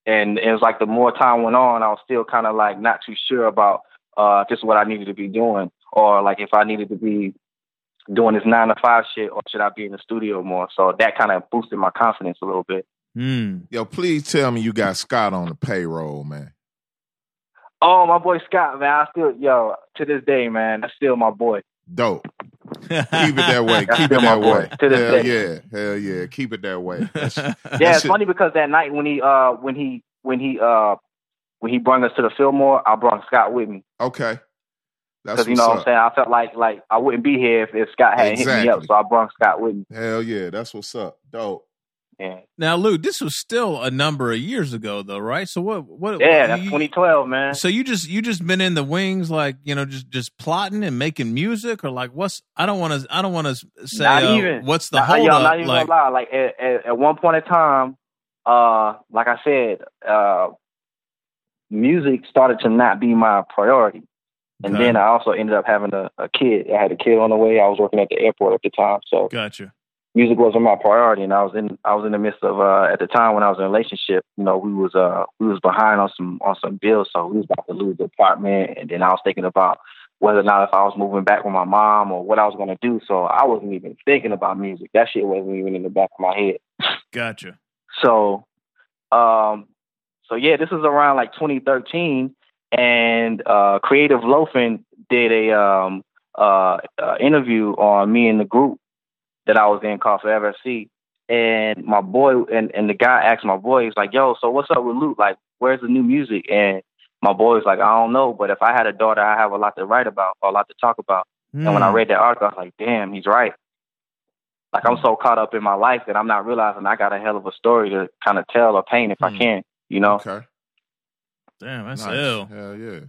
S3: and it was like the more time went on, I was still kind of like not too sure about uh, if this is what I needed to be doing, or like if I needed to be doing this nine to five shit, or should I be in the studio more? So that kind of boosted my confidence a little bit.
S1: Hmm.
S2: Yo, please tell me you got Scott on the payroll, man.
S3: Oh, my boy Scott, man, I still yo to this day, man, that's still my boy.
S2: Dope. Keep it that way. Keep it
S3: still my
S2: that
S3: boy
S2: way.
S3: to this
S2: Hell
S3: day.
S2: yeah. Hell yeah. Keep it that way. That's-
S3: Yeah,
S2: That
S3: it's
S2: shit-
S3: funny because that night when he uh when he when he uh when he brought us to the Fillmore, I brought Scott with me.
S2: Okay. That's
S3: Because you
S2: what's
S3: know what I'm
S2: up.
S3: saying, I felt like like I wouldn't be here if, if Scott hadn't hit me up.
S2: Exactly.
S3: So I brung Scott with me.
S2: Hell yeah, that's what's up. Dope.
S3: Yeah,
S1: Now, Lou, this was still a number of years ago, though, right? So what? What?
S3: yeah, that's
S1: you-
S3: 2012, man.
S1: So you just you just been in the wings, like you know, just just plotting and making music, or like what's? I don't want to. I don't want to say
S3: Not
S1: uh,
S3: even.
S1: what's the
S3: Nah,
S1: hold
S3: y'all not
S1: up.
S3: even
S1: Like,
S3: gonna lie. Like at, at, at one point in time, uh, like I said, uh, music started to not be my priority. And
S1: Okay.
S3: then I also ended up having a, a kid. I had a kid on the way. I was working at the airport at the time, so
S1: gotcha.
S3: music wasn't my priority. And I was in I was in the midst of uh, at the time when I was in a relationship. You know, we was uh we was behind on some on some bills, so we was about to lose the apartment. And then I was thinking about whether or not if I was moving back with my mom or what I was gonna do. So I wasn't even thinking about music. That shit wasn't even in the back of my head.
S1: Gotcha.
S3: So, um, so yeah, this is around like 2013, and uh, Creative Loafing did a um, uh, uh, interview on me and the group that I was in called Forever FC, and my boy and, and the guy asked my boy, he's like, "Yo, so what's up with Luke? Like, where's the new music?" And my boy was like, "I don't know, but if I had a daughter, I have a lot to write about, or a lot to talk about." And when I
S1: Hmm.
S3: read that article, I was like, damn, he's right. Like
S1: Hmm.
S3: I'm so caught up in my life that I'm not realizing I got a hell of a story to kind of tell or paint if
S1: Hmm.
S3: I can, you know?
S2: Okay.
S1: damn, that's
S2: nice.
S1: ill.
S2: Hell yeah.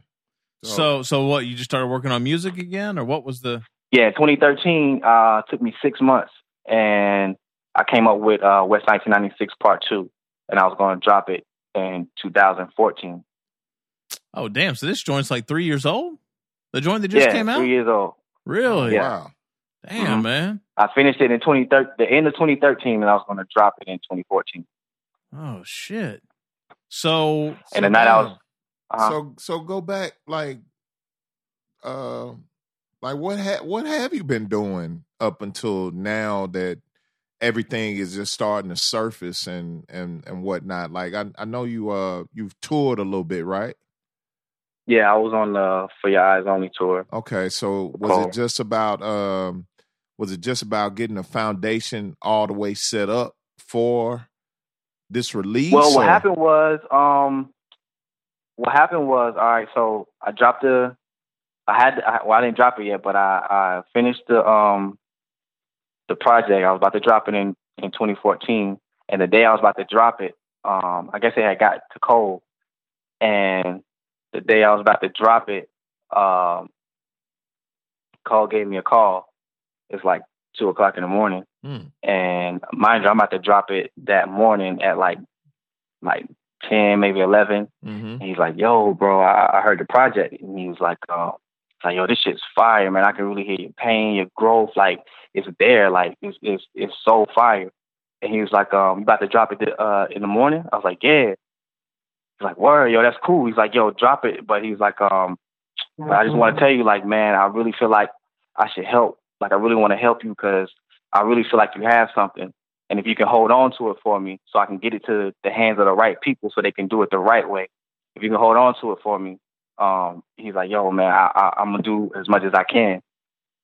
S1: So so what? You just started working on music again, or what was the?
S3: Yeah, 2013 uh, took me six months, and I came up with uh, West 1996 Part Two, and I was going to drop it in 2014.
S1: Oh damn! So this joint's like three years old. The joint that just
S3: yeah,
S1: came out.
S3: three years old.
S1: Really?
S3: Yeah.
S2: Wow.
S1: Damn,
S3: Mhm.
S1: man.
S3: I finished it in 2013, the end of 2013, and I was going to drop it in 2014.
S1: Oh shit. So
S3: And the night I was,
S2: damn.
S3: uh,
S2: So so go back like uh like what ha- what have you been doing up until now that everything is just starting to surface and and and whatnot? Like I I know you uh you've toured a little bit, right?
S3: yeah, I was on the For Your Eyes Only tour.
S2: Okay, so was
S3: Oh.
S2: it just about um was it just about getting a foundation all the way set up for this release?
S3: Well, what
S2: or-
S3: happened was, um, what happened was, all right. So I dropped the, I had, I, well, I didn't drop it yet, but I, I finished the, um, the project. I was about to drop it in in 2014, and the day I was about to drop it, um, I guess it had got to cold, and the day I was about to drop it, um, Cole gave me a call. It's like two o'clock in the morning,
S2: Hmm.
S3: and mind you, I'm about to drop it that morning at like like ten, maybe eleven.
S2: Mhm.
S3: And he's like, "Yo, bro, I, I heard the project." And he was like, uh, he's "Like, yo, this shit's fire, man. I can really hear your pain, your growth. Like, it's there. Like, it's it's it's so fire." And he was like, um, "You about to drop it uh, in the morning?" I was like, "Yeah." He's like, "Word, yo, that's cool." He's like, "Yo, drop it." But he's like, um, but I just want to tell you, like, man, I really feel like I should help. Like, I really want to help you because I really feel like you have something. And if you can hold on to it for me so I can get it to the hands of the right people so they can do it the right way, if you can hold on to it for me, um, he's like, yo, man, I, I, I'm going to do as much as I can.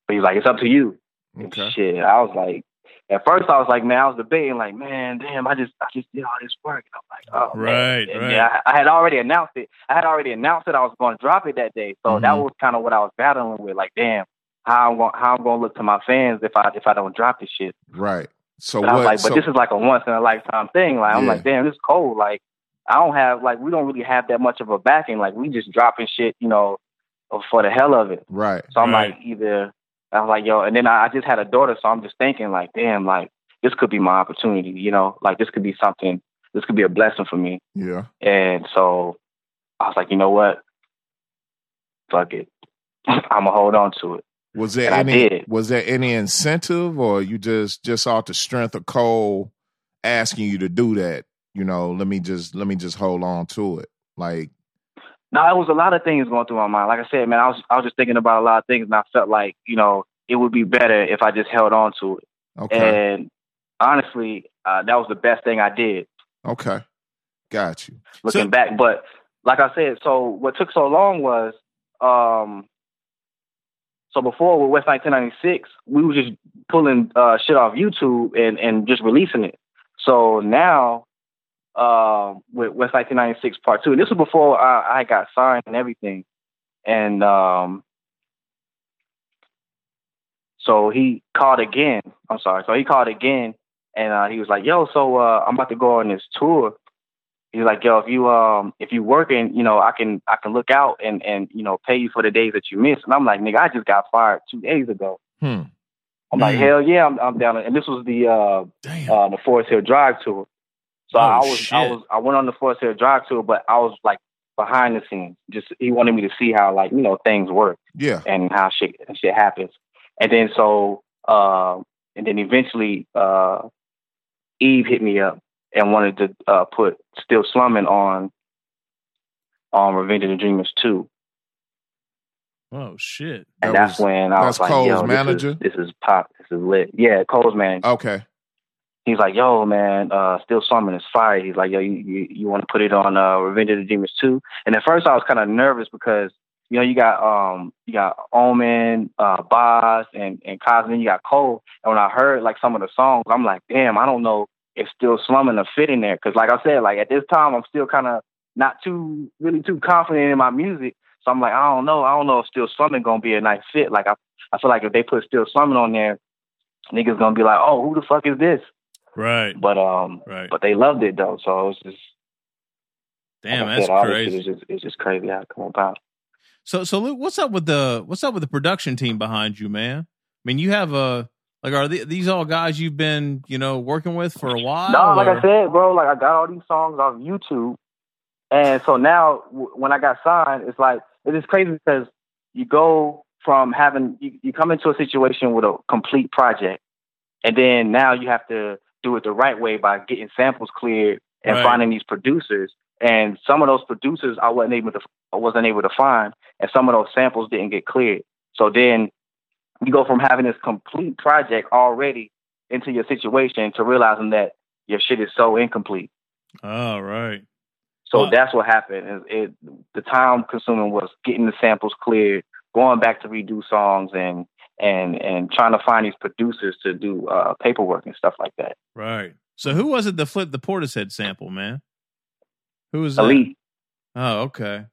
S3: But he's like, it's up to you. And
S2: Okay.
S3: Shit, I was like, at first I was like, man, I was debating, like, man, damn, I just, I just did all this work. And I'm like, oh,
S1: Right,
S3: man. And
S1: right.
S3: Yeah, I, I had already announced it. I had already announced that I was going to drop it that day. So that
S1: Mm-hmm.
S2: Mhm.
S3: was kind of what I was battling with, like, damn, how I'm going, how I'm going to look to my fans if I, if I don't drop this shit.
S2: Right. So
S3: But I
S2: what
S3: was like, but
S2: so,
S3: this is like a once in a lifetime thing. Like I'm
S2: Yeah.
S3: like, damn, this is cold. Like I don't have like we don't really have that much of a backing. Like we just dropping shit, you know, for the hell of it.
S2: right.
S3: So I'm
S1: Right.
S3: like either I was like, yo, and then I, I just had a daughter, so I'm just thinking like, damn, like this could be my opportunity, you know, like this could be something, this could be a blessing for me.
S2: Yeah.
S3: And so I was like, you know what? Fuck it. I'ma hold on to it.
S2: Was there
S3: And I did
S2: any
S3: it.
S2: was there any incentive or you just just off the strength of Cole asking you to do that? You know, let me just let me just hold on to it. Like
S3: No, it was a lot of things going through my mind. Like I said, man, I was I was just thinking about a lot of things, and I felt like you know it would be better if I just held on to it.
S2: okay,
S3: And honestly, uh, that was the best thing I did
S2: okay, got you.
S3: looking
S1: So-
S3: back. But like I said, so what took so long was um, so before with West 1996, we were just pulling uh, shit off YouTube and and just releasing it. So now um, with West 1996 Part Two, and this was before I, I got signed and everything, and um, So he called again. I'm sorry. So he called again, and uh, he was like, "Yo, so uh, I'm about to go on this tour." He's like, "Yo, if you um if you working, you know, I can I can look out and and you know pay you for the days that you miss." And I'm like, "Nigga, I just got fired two days ago."
S2: Hmm.
S3: I'm like,
S1: Mhm.
S3: "Hell yeah, I'm, I'm down." And this was the uh
S1: Damn.
S3: uh, the Forest Hill Drive tour. So
S1: Oh,
S3: I was I
S1: shit.
S3: was I went on the Forest Hill Drive tour, but I was like behind the scenes. Just he wanted me to see how like you know things work
S2: Yeah.
S3: and how shit and shit happens. And then so uh, and then eventually uh, Eve hit me up and wanted to uh, put Still Slumming on on Revenge of the Dreamers two.
S1: oh shit.
S3: And
S2: That
S3: that's
S2: was-
S3: when I
S2: that's
S3: was like,
S2: Cole's
S3: yo, this is-
S2: manager?
S3: This, is, pop. This is lit. Yeah, Cole's manager.
S2: Okay.
S3: he's like, "Yo, man, uh, still slumming is fire." He's like, "Yo, you you, you want to put it on uh, Revenge of the Demons too?" And at first, I was kind of nervous because you know you got um you got Omen, uh, Boz, and and Cosmin. You got Cole. And when I heard like some of the songs, I'm like, "Damn, I don't know if still slumming will fit in there." Because like I said, like at this time, I'm still kind of not too really too confident in my music. So I'm like, I don't know, I don't know if still slumming gonna be a nice fit. Like I I feel like if they put still slumming on there. Niggas gonna be like, oh, who the fuck is this?
S1: Right.
S3: But um,
S1: Right.
S3: but they loved it though. So it was just
S1: Damn,
S3: like I
S1: that's
S3: said, all this
S1: crazy.
S3: shit is just it's just crazy how it come about.
S1: So so Luke, what's up with the what's up with the production team behind you, man? I mean, you have a like are the- these all guys you've been you know working with for a while?
S3: No, like
S1: or-
S3: I said, bro, like I got all these songs off YouTube, and so now w- when I got signed, it's like it is crazy because you go from having you, you come into a situation with a complete project, and then now you have to do it the right way by getting samples cleared and
S1: Right.
S3: finding these producers. And some of those producers I wasn't able to I wasn't able to find, and some of those samples didn't get cleared. So then you go from having this complete project already into your situation to realizing that your shit is so incomplete.
S1: Oh right.
S3: So
S1: Wow.
S3: that's what happened. Is it the time consuming was getting the samples cleared, going back to redo songs, and and and trying to find these producers to do uh, paperwork and stuff like that.
S1: Right. So who was it that flipped the Portishead sample, man? Who was that?
S3: Elite,
S1: Oh, okay.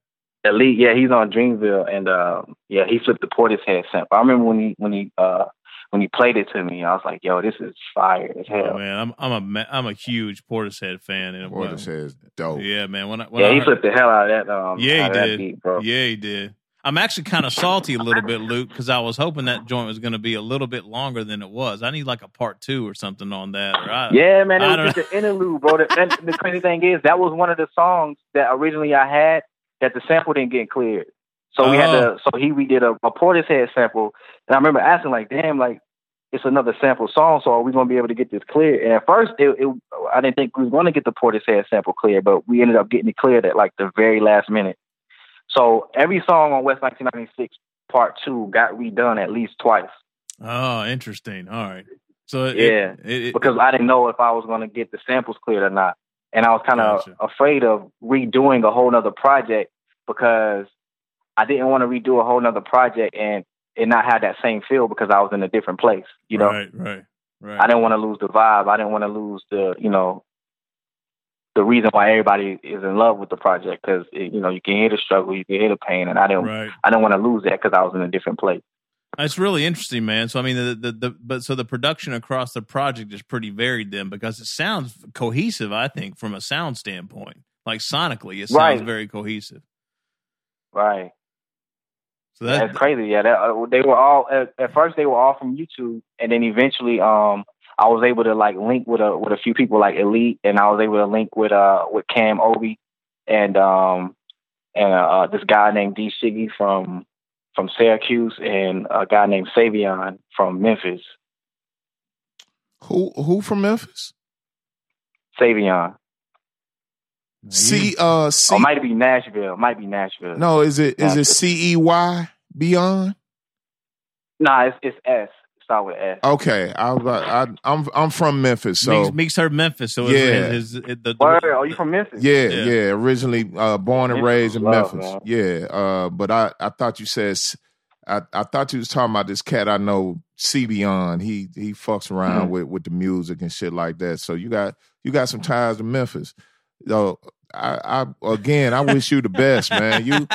S3: Elite, yeah, he's on Dreamville, and uh, yeah, he flipped the Portishead sample. I remember when he when he uh, when he played it to me, I was like, yo, this is fire as
S1: Oh,
S3: hell.
S1: man, I'm I'm a ma- I'm a huge Portishead fan. And
S2: Boy, this is dope.
S1: yeah, man. When I when
S3: yeah,
S1: I
S3: he
S1: heard-
S3: flipped the hell out of that. Um,
S1: Yeah, he
S3: out of that
S1: did.
S3: beat, bro.
S1: Yeah, he did. I'm actually kind of salty a little bit, Luke, because I was hoping that joint was going to be a little bit longer than it was. I need like a part two or something on that. Or I,
S3: Yeah, man, it
S1: I
S3: was just an interlude, bro. The, and the crazy thing is, that was one of the songs that originally I had that the sample didn't get cleared. So we had
S1: Oh.
S3: to. So he we did a, a Portishead sample, and I remember asking like, "Damn, like it's another sample song, so are we gonna be able to get this cleared?" And at first, it, it I didn't think we was gonna get the Portishead sample cleared, but we ended up getting it cleared at like the very last minute. So every song on West 1996 Part Two got redone at least twice.
S1: Oh, interesting. All right. So it,
S3: Yeah,
S1: it, it-
S3: because I didn't know if I was going to get the samples cleared or not. And I was kind of
S1: Gotcha.
S3: afraid of redoing a whole nother project because I didn't want to redo a whole nother project and it not have that same feel because I was in a different place. You know,
S1: right, right, right.
S3: I didn't want to lose the vibe. I didn't want to lose the, you know, the reason why everybody is in love with the project because, you know, you can hear the struggle, you can hear the pain. And I didn't,
S1: Right.
S3: I didn't want to lose that because I was in a different place.
S1: That's really interesting, man. So I mean, the, the the but so the production across the project is pretty varied then, because it sounds cohesive. I think from a sound standpoint, like sonically, it sounds
S3: Right.
S1: very cohesive.
S3: Right.
S1: So
S3: Yeah,
S1: that
S3: That's crazy. Yeah, that, uh, they were all at, at first they were all from YouTube, and then eventually, um, I was able to like link with a with a few people like Elite, and I was able to link with uh with Cam Obi, and um and uh, this guy named D Shiggy from from Syracuse, and a guy named Savion from Memphis.
S2: Who who from Memphis?
S3: Savion,
S2: C uh C.
S3: or might be Nashville, might be Nashville.
S2: no, is it is it
S3: Memphis.
S2: C E Y Beyond?
S3: nah, it's it's S. Start with S.
S2: Okay, I, was like, I I'm I'm from Memphis, so
S1: Meeks, Meeks heard Memphis. So it's-
S2: Yeah.
S1: it's- it's- the, the-
S3: Word, are you from Memphis?
S2: Oh, Yeah,
S1: Yeah.
S2: yeah. Originally uh, born and
S3: Memphis
S2: raised in
S3: love,
S2: Memphis.
S3: man.
S2: Yeah, uh, but I, I thought you said s- I, I thought you was talking about this cat I know, C Beyond. He he fucks around with with the music and shit like that. So you got you got some ties to Memphis. Yo, I, I again, I wish you the best, man. You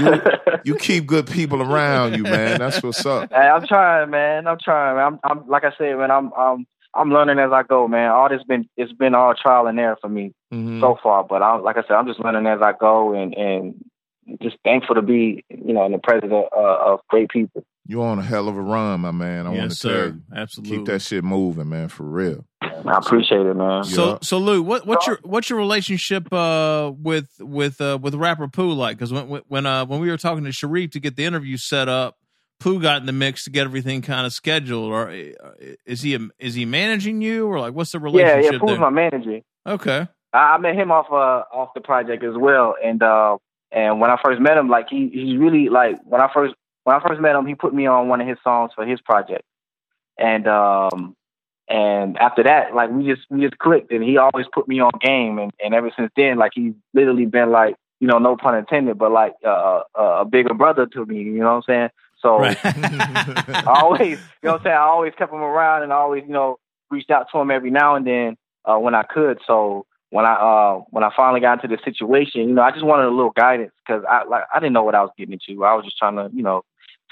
S2: you, you keep good people around you, man. That's what's up.
S3: Hey, I'm trying, man. I'm trying. man. I'm, I'm like I said, man. I'm, I'm, I'm learning as I go, man. All this been, it's been all trial and error for me
S2: Mhm.
S3: so far. But I, like I said, I'm just learning as I go, and and just thankful to be, you know, in the presence of, uh, of great people.
S2: You're on a hell of a run, my man. I want
S1: yes,
S2: to tell
S1: sir.
S2: you.
S1: Absolutely.
S2: Keep that shit moving, man, for real.
S3: I appreciate it, man.
S1: So
S2: Yeah.
S1: so Lou, what what's your what's your relationship uh with with uh with rapper Pooh like? Because when when- when uh when we were talking to Sharif to get the interview set up, Pooh got in the mix to get everything kind of scheduled. Or uh, is he is he managing you or like what's the
S3: Yeah,
S1: relationship
S3: yeah. Pooh's
S1: there?
S3: my manager.
S1: okay,
S3: I I met him off uh off the project as well, and uh and when I first met him, like he he's really like when I first when I first met him, he put me on one of his songs for his project, and um and after that, like we just we just clicked, and he always put me on game, and and ever since then, like he's literally been like you know no pun intended, but like uh, uh, a bigger brother to me, you know what I'm saying? So
S1: Right.
S3: I always, you know what I'm saying? I always kept him around and I always, you know, reached out to him every now and then uh, when I could. So when I uh, when I finally got into the situation, you know, I just wanted a little guidance because I like I didn't know what I was getting into. I was just trying to, you know,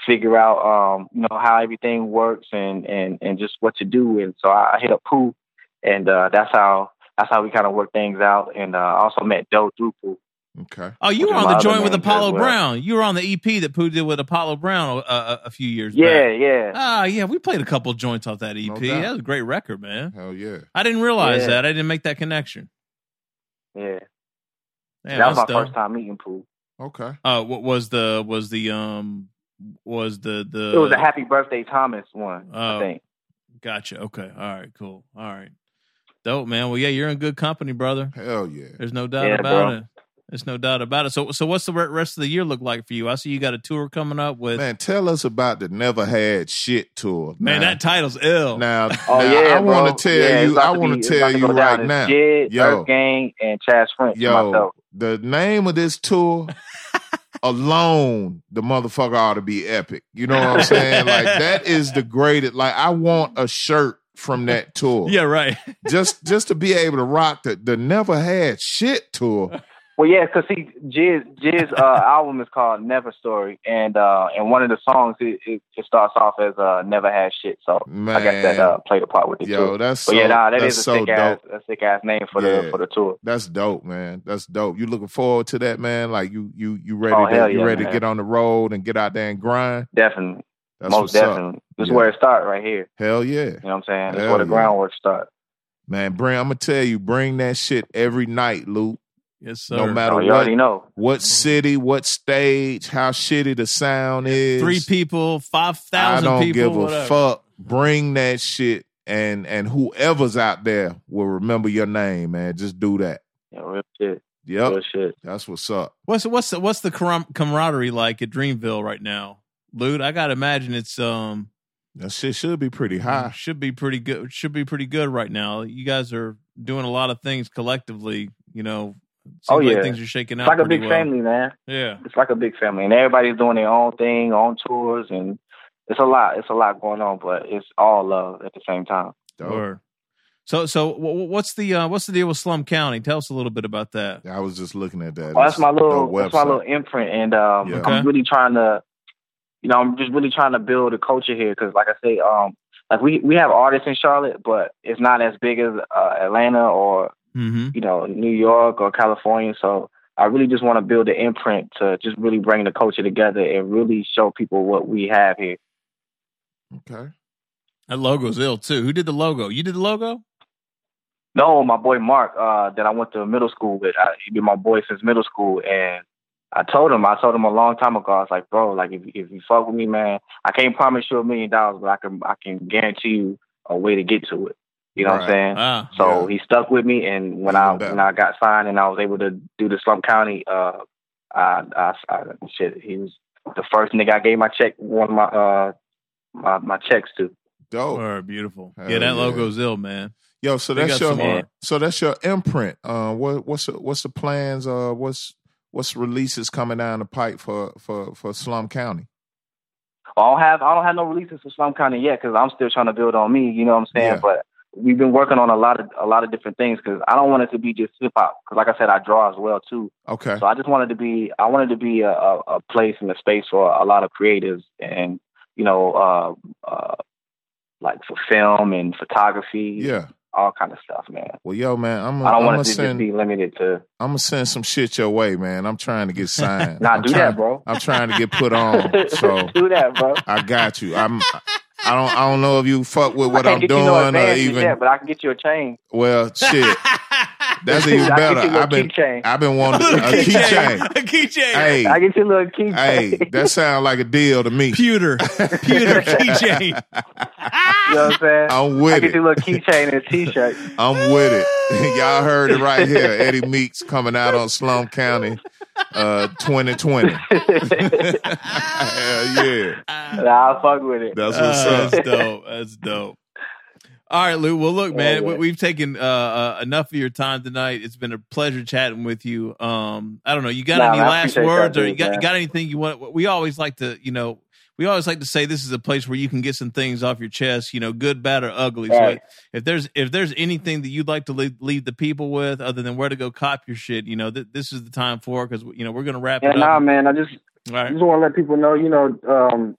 S3: figure out um, you know, how everything works and and and just what to do. And so I, I hit up Pooh and uh, that's how that's how we kind of worked things out. And uh, I also met Doe through Pooh.
S2: Okay.
S1: Oh, you
S3: Which
S1: were on
S3: is
S1: the
S3: my other
S1: joint with
S3: manager
S1: Apollo
S3: as well.
S1: Brown. You were on the EP that Pooh did with Apollo Brown uh, uh, a few years
S3: Yeah,
S1: back.
S3: yeah.
S1: Ah, yeah, we played a couple joints off that EP.
S2: No doubt.
S1: that was a great record, man.
S2: Hell yeah.
S1: I didn't realize
S3: Yeah.
S1: that. I didn't make that connection.
S3: Yeah.
S1: Damn,
S3: that was my
S1: that's dope.
S3: first time meeting Pooh.
S2: Okay.
S1: Uh, what was the was the um was the the
S3: It was a happy birthday Thomas one,
S1: Uh, Oh.
S3: I think.
S1: Gotcha. Okay. All right. Cool. All right. Dope, man. Well, yeah, you're in good company, brother.
S2: Hell yeah.
S1: There's no doubt
S3: Yeah,
S1: about
S3: bro.
S1: it. There's no doubt about it. So, so what's the re- rest of the year look like for you? I see you got a tour coming up with. Man,
S2: Man, tell us about the Never Had Shit tour. now,
S1: that title's ill.
S2: now,
S3: Oh
S2: now,
S3: yeah,
S2: I want to
S3: bro.
S2: tell
S3: Yeah, it's
S2: you.
S3: about
S2: I
S3: to be-
S2: want
S3: it's
S2: to
S3: about
S2: tell
S3: to
S2: you
S3: go down
S2: right
S3: as
S2: now.
S3: Jid,
S2: Yo.
S3: Earth Gang, and Chaz French.
S2: Yo,
S3: myself.
S2: the name of this tour alone, the motherfucker ought to be epic. You know what I'm saying? like that is the greatest. Like I want a shirt from that tour.
S1: Yeah. Right.
S2: Just just to be able to rock the the never had shit tour.
S3: Well, yeah, because see, Jid's Jid's uh, album is called Never Story, and uh, and one of the songs it, it, it starts off as uh, Never Had Shit. So
S2: Man.
S3: I guess that uh, played a part with it
S2: Yo,
S3: too.
S2: that's
S3: But
S2: so
S3: yeah, nah, that
S2: that's
S3: is a
S2: so
S3: sick ass,
S2: dope.
S3: a sick ass name for the
S2: Yeah.
S3: for the tour.
S2: That's dope, man. That's dope. You looking forward to that, man? Like you you you ready
S3: Oh,
S2: to
S3: hell
S2: you
S3: yeah,
S2: ready to
S3: man.
S2: get on the road and get out there and grind?
S3: Definitely,
S2: That's
S3: most
S2: what's up.
S3: definitely. This is
S2: Yeah.
S3: where it starts right here.
S2: Hell yeah.
S3: You know what I'm saying? This is
S2: Hell
S3: where the
S2: yeah.
S3: groundwork starts.
S2: Man, bring I'm gonna tell you, bring that shit every night, Luke.
S1: Yes, sir. Mm.
S2: No matter
S3: Oh, you
S2: what,
S3: already know.
S2: what city, what stage, how shitty the sound is.
S1: Three people, five
S2: I
S1: thousand people.
S2: don't give a
S1: whatever.
S2: fuck. Bring that shit, and and whoever's out there will remember your name, man. Just do that.
S3: Yeah, real shit.
S2: Yep,
S3: Real shit.
S2: that's what's up.
S1: What's what's the, what's the camar- camaraderie like at Dreamville right now, Lude? I gotta imagine it's um
S2: That shit should be pretty high.
S1: should be pretty good. Should be pretty good right now. You guys are doing a lot of things collectively. You know, seems
S3: Oh,
S1: like
S3: yeah.
S1: things are shaking out.
S3: It's like a
S1: pretty
S3: big
S1: well.
S3: family, man.
S1: Yeah,
S3: it's like a big family, and everybody's doing their own thing on tours, and it's a lot. It's a lot going on, but it's all love at the same time.
S2: Dope.
S1: Word. So, so wh- wh- what's the uh, what's the deal with Slum County? Tell us a little bit about that.
S2: I was just looking at that.
S3: Oh, that's my
S2: the
S3: little, that's my
S2: website.
S3: little imprint, and um,
S2: Yeah.
S1: Okay.
S3: I'm really trying to, you know, I'm just really trying to build a culture here because, like I say, um, like we we have artists in Charlotte, but it's not as big as uh, Atlanta or
S1: Mm-hmm.
S3: you know New York or California, so. I really just want to build an imprint to just really bring the culture together and really show people what we have here.
S2: Okay.
S1: That logo's ill too. Who did the logo? You did the logo?
S3: No, my boy Mark, uh, that I went to middle school with. I, he been my boy since middle school, and I told him, I told him a long time ago. I was like, bro, like if if you fuck with me, man, I can't promise you a million dollars, but I can I can guarantee you a way to get to it. You know what I'm saying?
S1: Ah,
S3: so he stuck with me, and
S2: Even
S3: when I
S2: better.
S3: when I got signed and I was able to do the Slum County, uh, I, I, I shit, he was the first nigga I gave my check one of my uh my my checks to. Oh.
S2: Dope.
S1: Word, beautiful.
S2: Hell
S1: yeah, that
S2: yeah.
S1: logo's ill, man.
S2: Yo, so
S1: They
S2: that's
S1: got
S2: your
S1: some art.
S2: so that's your imprint. Uh, what what's the, what's the plans? Uh, what's what's releases coming down the pipe for for for Slum County?
S3: I don't have I don't have no releases for Slum County yet because I'm still trying to build on me. You know what I'm saying?
S2: Yeah.
S3: But we've been working on a lot of a lot of different things because I don't want it to be just hip hop. Because like I said, I draw as well too.
S2: Okay.
S3: So I just wanted to be I wanted to be a, a, a place and a space for a lot of creatives and you know uh, uh, like for film and photography,
S2: Yeah.
S3: all kind of stuff, man.
S2: Well, yo, man, I'm
S3: I don't
S2: I'm
S3: want
S2: gonna
S3: it to just
S2: send
S3: be limited to
S2: I'm gonna send some shit your way, man. I'm trying to get signed.
S3: not
S2: I'm
S3: do
S2: trying,
S3: that, bro.
S2: I'm trying to get put on. So
S3: do that, bro.
S2: I got you. I'm. I don't. I don't know if you fuck with what
S3: I
S2: I'm
S3: can't get
S2: doing
S3: you no
S2: or
S3: advance in
S2: even.
S3: that, but I can get you a chain.
S2: Well, shit. That's
S3: I
S2: even
S3: can
S2: better.
S3: get you a
S2: I've
S3: little
S2: been.
S3: keychain.
S2: I've been wanting
S1: Little
S2: a keychain.
S1: A keychain.
S2: Hey,
S3: I get you a little keychain.
S2: hey, that sounds like a deal to me.
S1: Pewter. Pewter keychain.
S3: you know what I'm saying?
S2: I'm
S3: I
S2: with
S3: get
S2: it.
S3: you a little keychain and a t-shirt.
S2: I'm with it. Y'all heard it right here. Eddie Meeks coming out on Slum County, uh, 2020. Hell yeah.
S3: nah, I fuck with it.
S2: That's what's
S1: Uh,
S2: up.
S1: that's dope. That's dope. All right, Lou. Well, look, man, we,
S3: yeah.
S1: we've taken uh, uh, enough of your time tonight. It's been a pleasure chatting with you. Um, I don't know. You got
S3: Nah,
S1: any
S3: man, I
S1: last
S3: appreciate
S1: words,
S3: y'all
S1: or you
S3: dudes,
S1: got
S3: man.
S1: got anything you want? We always like to, you know, we always like to say this is a place where you can get some things off your chest. You know, good, bad, or ugly. So
S3: Right.
S1: if there's if there's anything that you'd like to leave, leave the people with, other than where to go cop your shit, you know, th- this is the time for because you know we're gonna wrap
S3: Yeah,
S1: it
S3: nah,
S1: up.
S3: man. I just
S1: All right.
S3: just want to let people know, you know, um,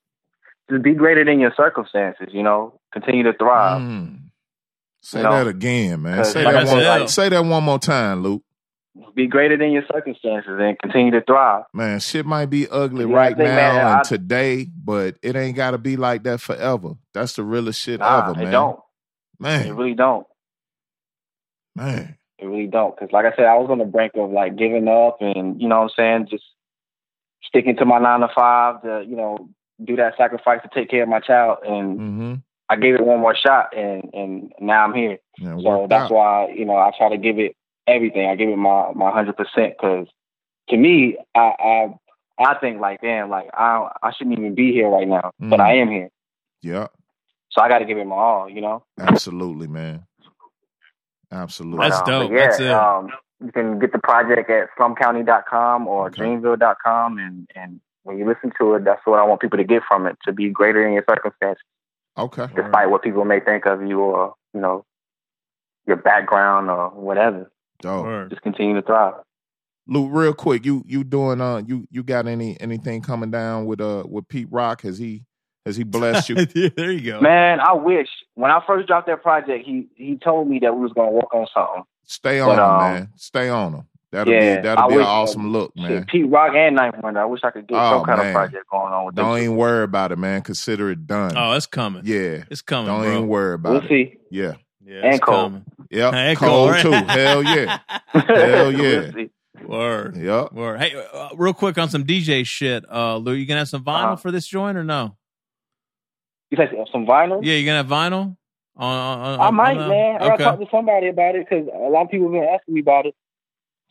S3: just be greater than your circumstances. You know, continue to thrive.
S2: Mm. Say
S3: You know,
S2: that again, man. Say
S1: like
S2: that,
S1: I
S2: one,
S1: said-
S2: say that one more time, Luke.
S3: Be greater than your circumstances and continue to thrive.
S2: Man, shit might be ugly
S3: Yeah, I
S2: right
S3: think,
S2: now
S3: man,
S2: and
S3: I-
S2: today, but it ain't got to be like that forever. That's the realest shit
S3: Nah,
S2: ever,
S3: it
S2: man.
S3: don't. It
S2: Man,
S3: really don't.
S2: man.
S3: It really don't. Because like I said, I was on the brink of like giving up and, you know what I'm saying, just sticking to my nine to five to, you know, do that sacrifice to take care of my child. And
S2: Mm-hmm.
S3: I gave it one more shot and, and now I'm here.
S2: Yeah,
S3: So
S2: worked
S3: that's
S2: out.
S3: why, you know, I try to give it everything. I give it my, my 100% because to me, I, I, I think like, damn, like I, I shouldn't even be here right now,
S2: Mm.
S3: but I am here.
S2: Yeah,
S3: So I got to give it my all, you know?
S2: absolutely, man. Absolutely.
S1: That's
S3: But, um,
S1: dope.
S3: but Yeah,
S1: That's it.
S3: Um, you can get the project at slumcounty.com or
S2: Okay.
S3: dreamville.com. And, and when you listen to it, that's what I want people to get from it to be greater in your circumstance,
S2: Okay.
S1: Mm.
S3: despite what people may think of you or, you know, your background or whatever.
S2: Dope.
S1: Word.
S3: Just continue to thrive.
S2: Luke, real quick, you you doing uh you you got any anything coming down with uh with Pete Rock? Has he has he blessed you?
S1: Yeah, there you go.
S3: Man, I wish when I first dropped that project, he he told me that we was gonna work on something.
S2: Stay on
S3: But, um,
S2: him, man. Stay on him. That'll
S3: yeah,
S2: be that'll
S3: I
S2: be an
S3: wish- uh,
S2: awesome look, man.
S3: Shit, Pete Rock and Knife Wonder. I wish I could get
S2: Oh,
S3: some kind
S2: man.
S3: of project going on with them.
S2: Don't
S3: two.
S2: even worry about it, man. Consider it done.
S1: Oh, it's coming.
S2: yeah.
S1: It's coming.
S2: Don't
S1: bro.
S2: even worry about
S3: We'll
S2: it.
S3: see.
S2: Yeah.
S1: Yeah,
S3: And
S1: it's
S3: cold.
S1: coming.
S2: Yep.
S1: Hey,
S2: Cold
S1: cold,
S2: too.
S1: right?
S2: Hell yeah.
S3: Hell
S2: yeah.
S3: see.
S1: Word.
S2: Yep.
S1: Word. Hey, uh, real quick on some DJ shit, uh, Lou. You gonna have some vinyl
S3: Uh-huh.
S1: for this joint or no?
S3: You like some vinyl?
S1: Yeah, you gonna have vinyl on. on, on
S3: I
S1: on
S3: might,
S1: that?
S3: man. I gotta
S1: Okay.
S3: talk to somebody about it because a lot of people have been asking me about it.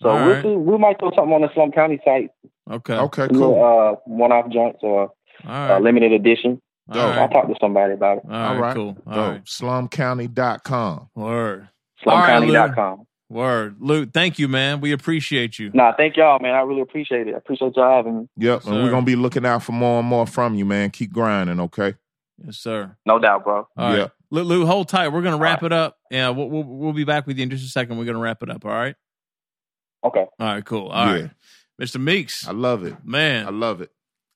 S3: So
S1: All
S3: we'll
S1: right.
S3: see. We might throw something on the Slum County site,
S1: Okay. All
S2: Okay,
S3: a little
S2: cool.
S3: uh, one-off joints or uh,
S1: right.
S3: limited edition.
S1: All
S2: dope.
S3: I'll
S1: right.
S3: talk to somebody about it.
S1: All
S2: All right.
S1: right. Cool. All right.
S2: Dope. Slumcounty.com.
S1: Word. All right, Lou.
S3: Slumcounty.com.
S1: Word. Lou, thank you, man. We appreciate you.
S3: Nah, thank y'all, man. I really appreciate it. I appreciate y'all having me.
S2: Yep. and
S1: Sir.
S2: we're gonna be looking out for more and more from you, man. Keep grinding, okay?
S1: Yes, sir.
S3: No doubt, bro.
S1: All right.
S2: Yep.
S1: Lou, Lou, hold tight. We're gonna wrap
S3: All
S1: it up. Yeah, we'll, we'll we'll be back with you in just a second. We're gonna wrap it up. All right.
S3: Okay.
S1: All right. Cool. All right.
S2: Yeah.
S1: Mr. Meeks,
S2: I love it. I
S1: man.
S2: love it.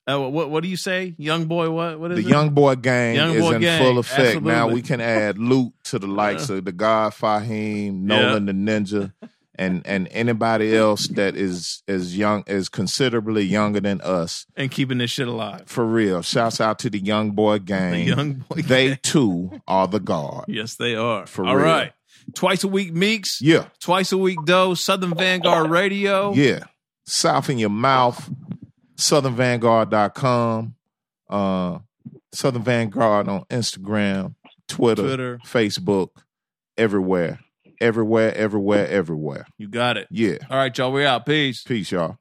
S1: Uh, what what do you say, young boy? What what is
S2: The
S1: it?
S2: Young Boy Gang
S1: Young
S2: is
S1: Boy
S2: in
S1: Gang,
S2: full effect. Now
S1: absolutely.
S2: we can add loot to the likes of the God Fahim, Nolan the Ninja, and and anybody else that is as young is considerably younger than us.
S1: and keeping this shit alive.
S2: For real. Shouts out to the Young Boy Gang.
S1: The young boy.
S2: they too are the God.
S1: yes, they are.
S2: For
S1: All
S2: real.
S1: right. Twice a week Meeks,
S2: Yeah,
S1: twice a week Doe, Southern Vanguard Radio.
S2: yeah. South in your mouth. SouthernVanguard.com. Uh, Southern Vanguard on Instagram, Twitter.
S1: Twitter.
S2: Facebook, everywhere, everywhere, everywhere, everywhere.
S1: You got it.
S2: Yeah.
S1: All right, y'all. We out. Peace.
S2: Peace, y'all.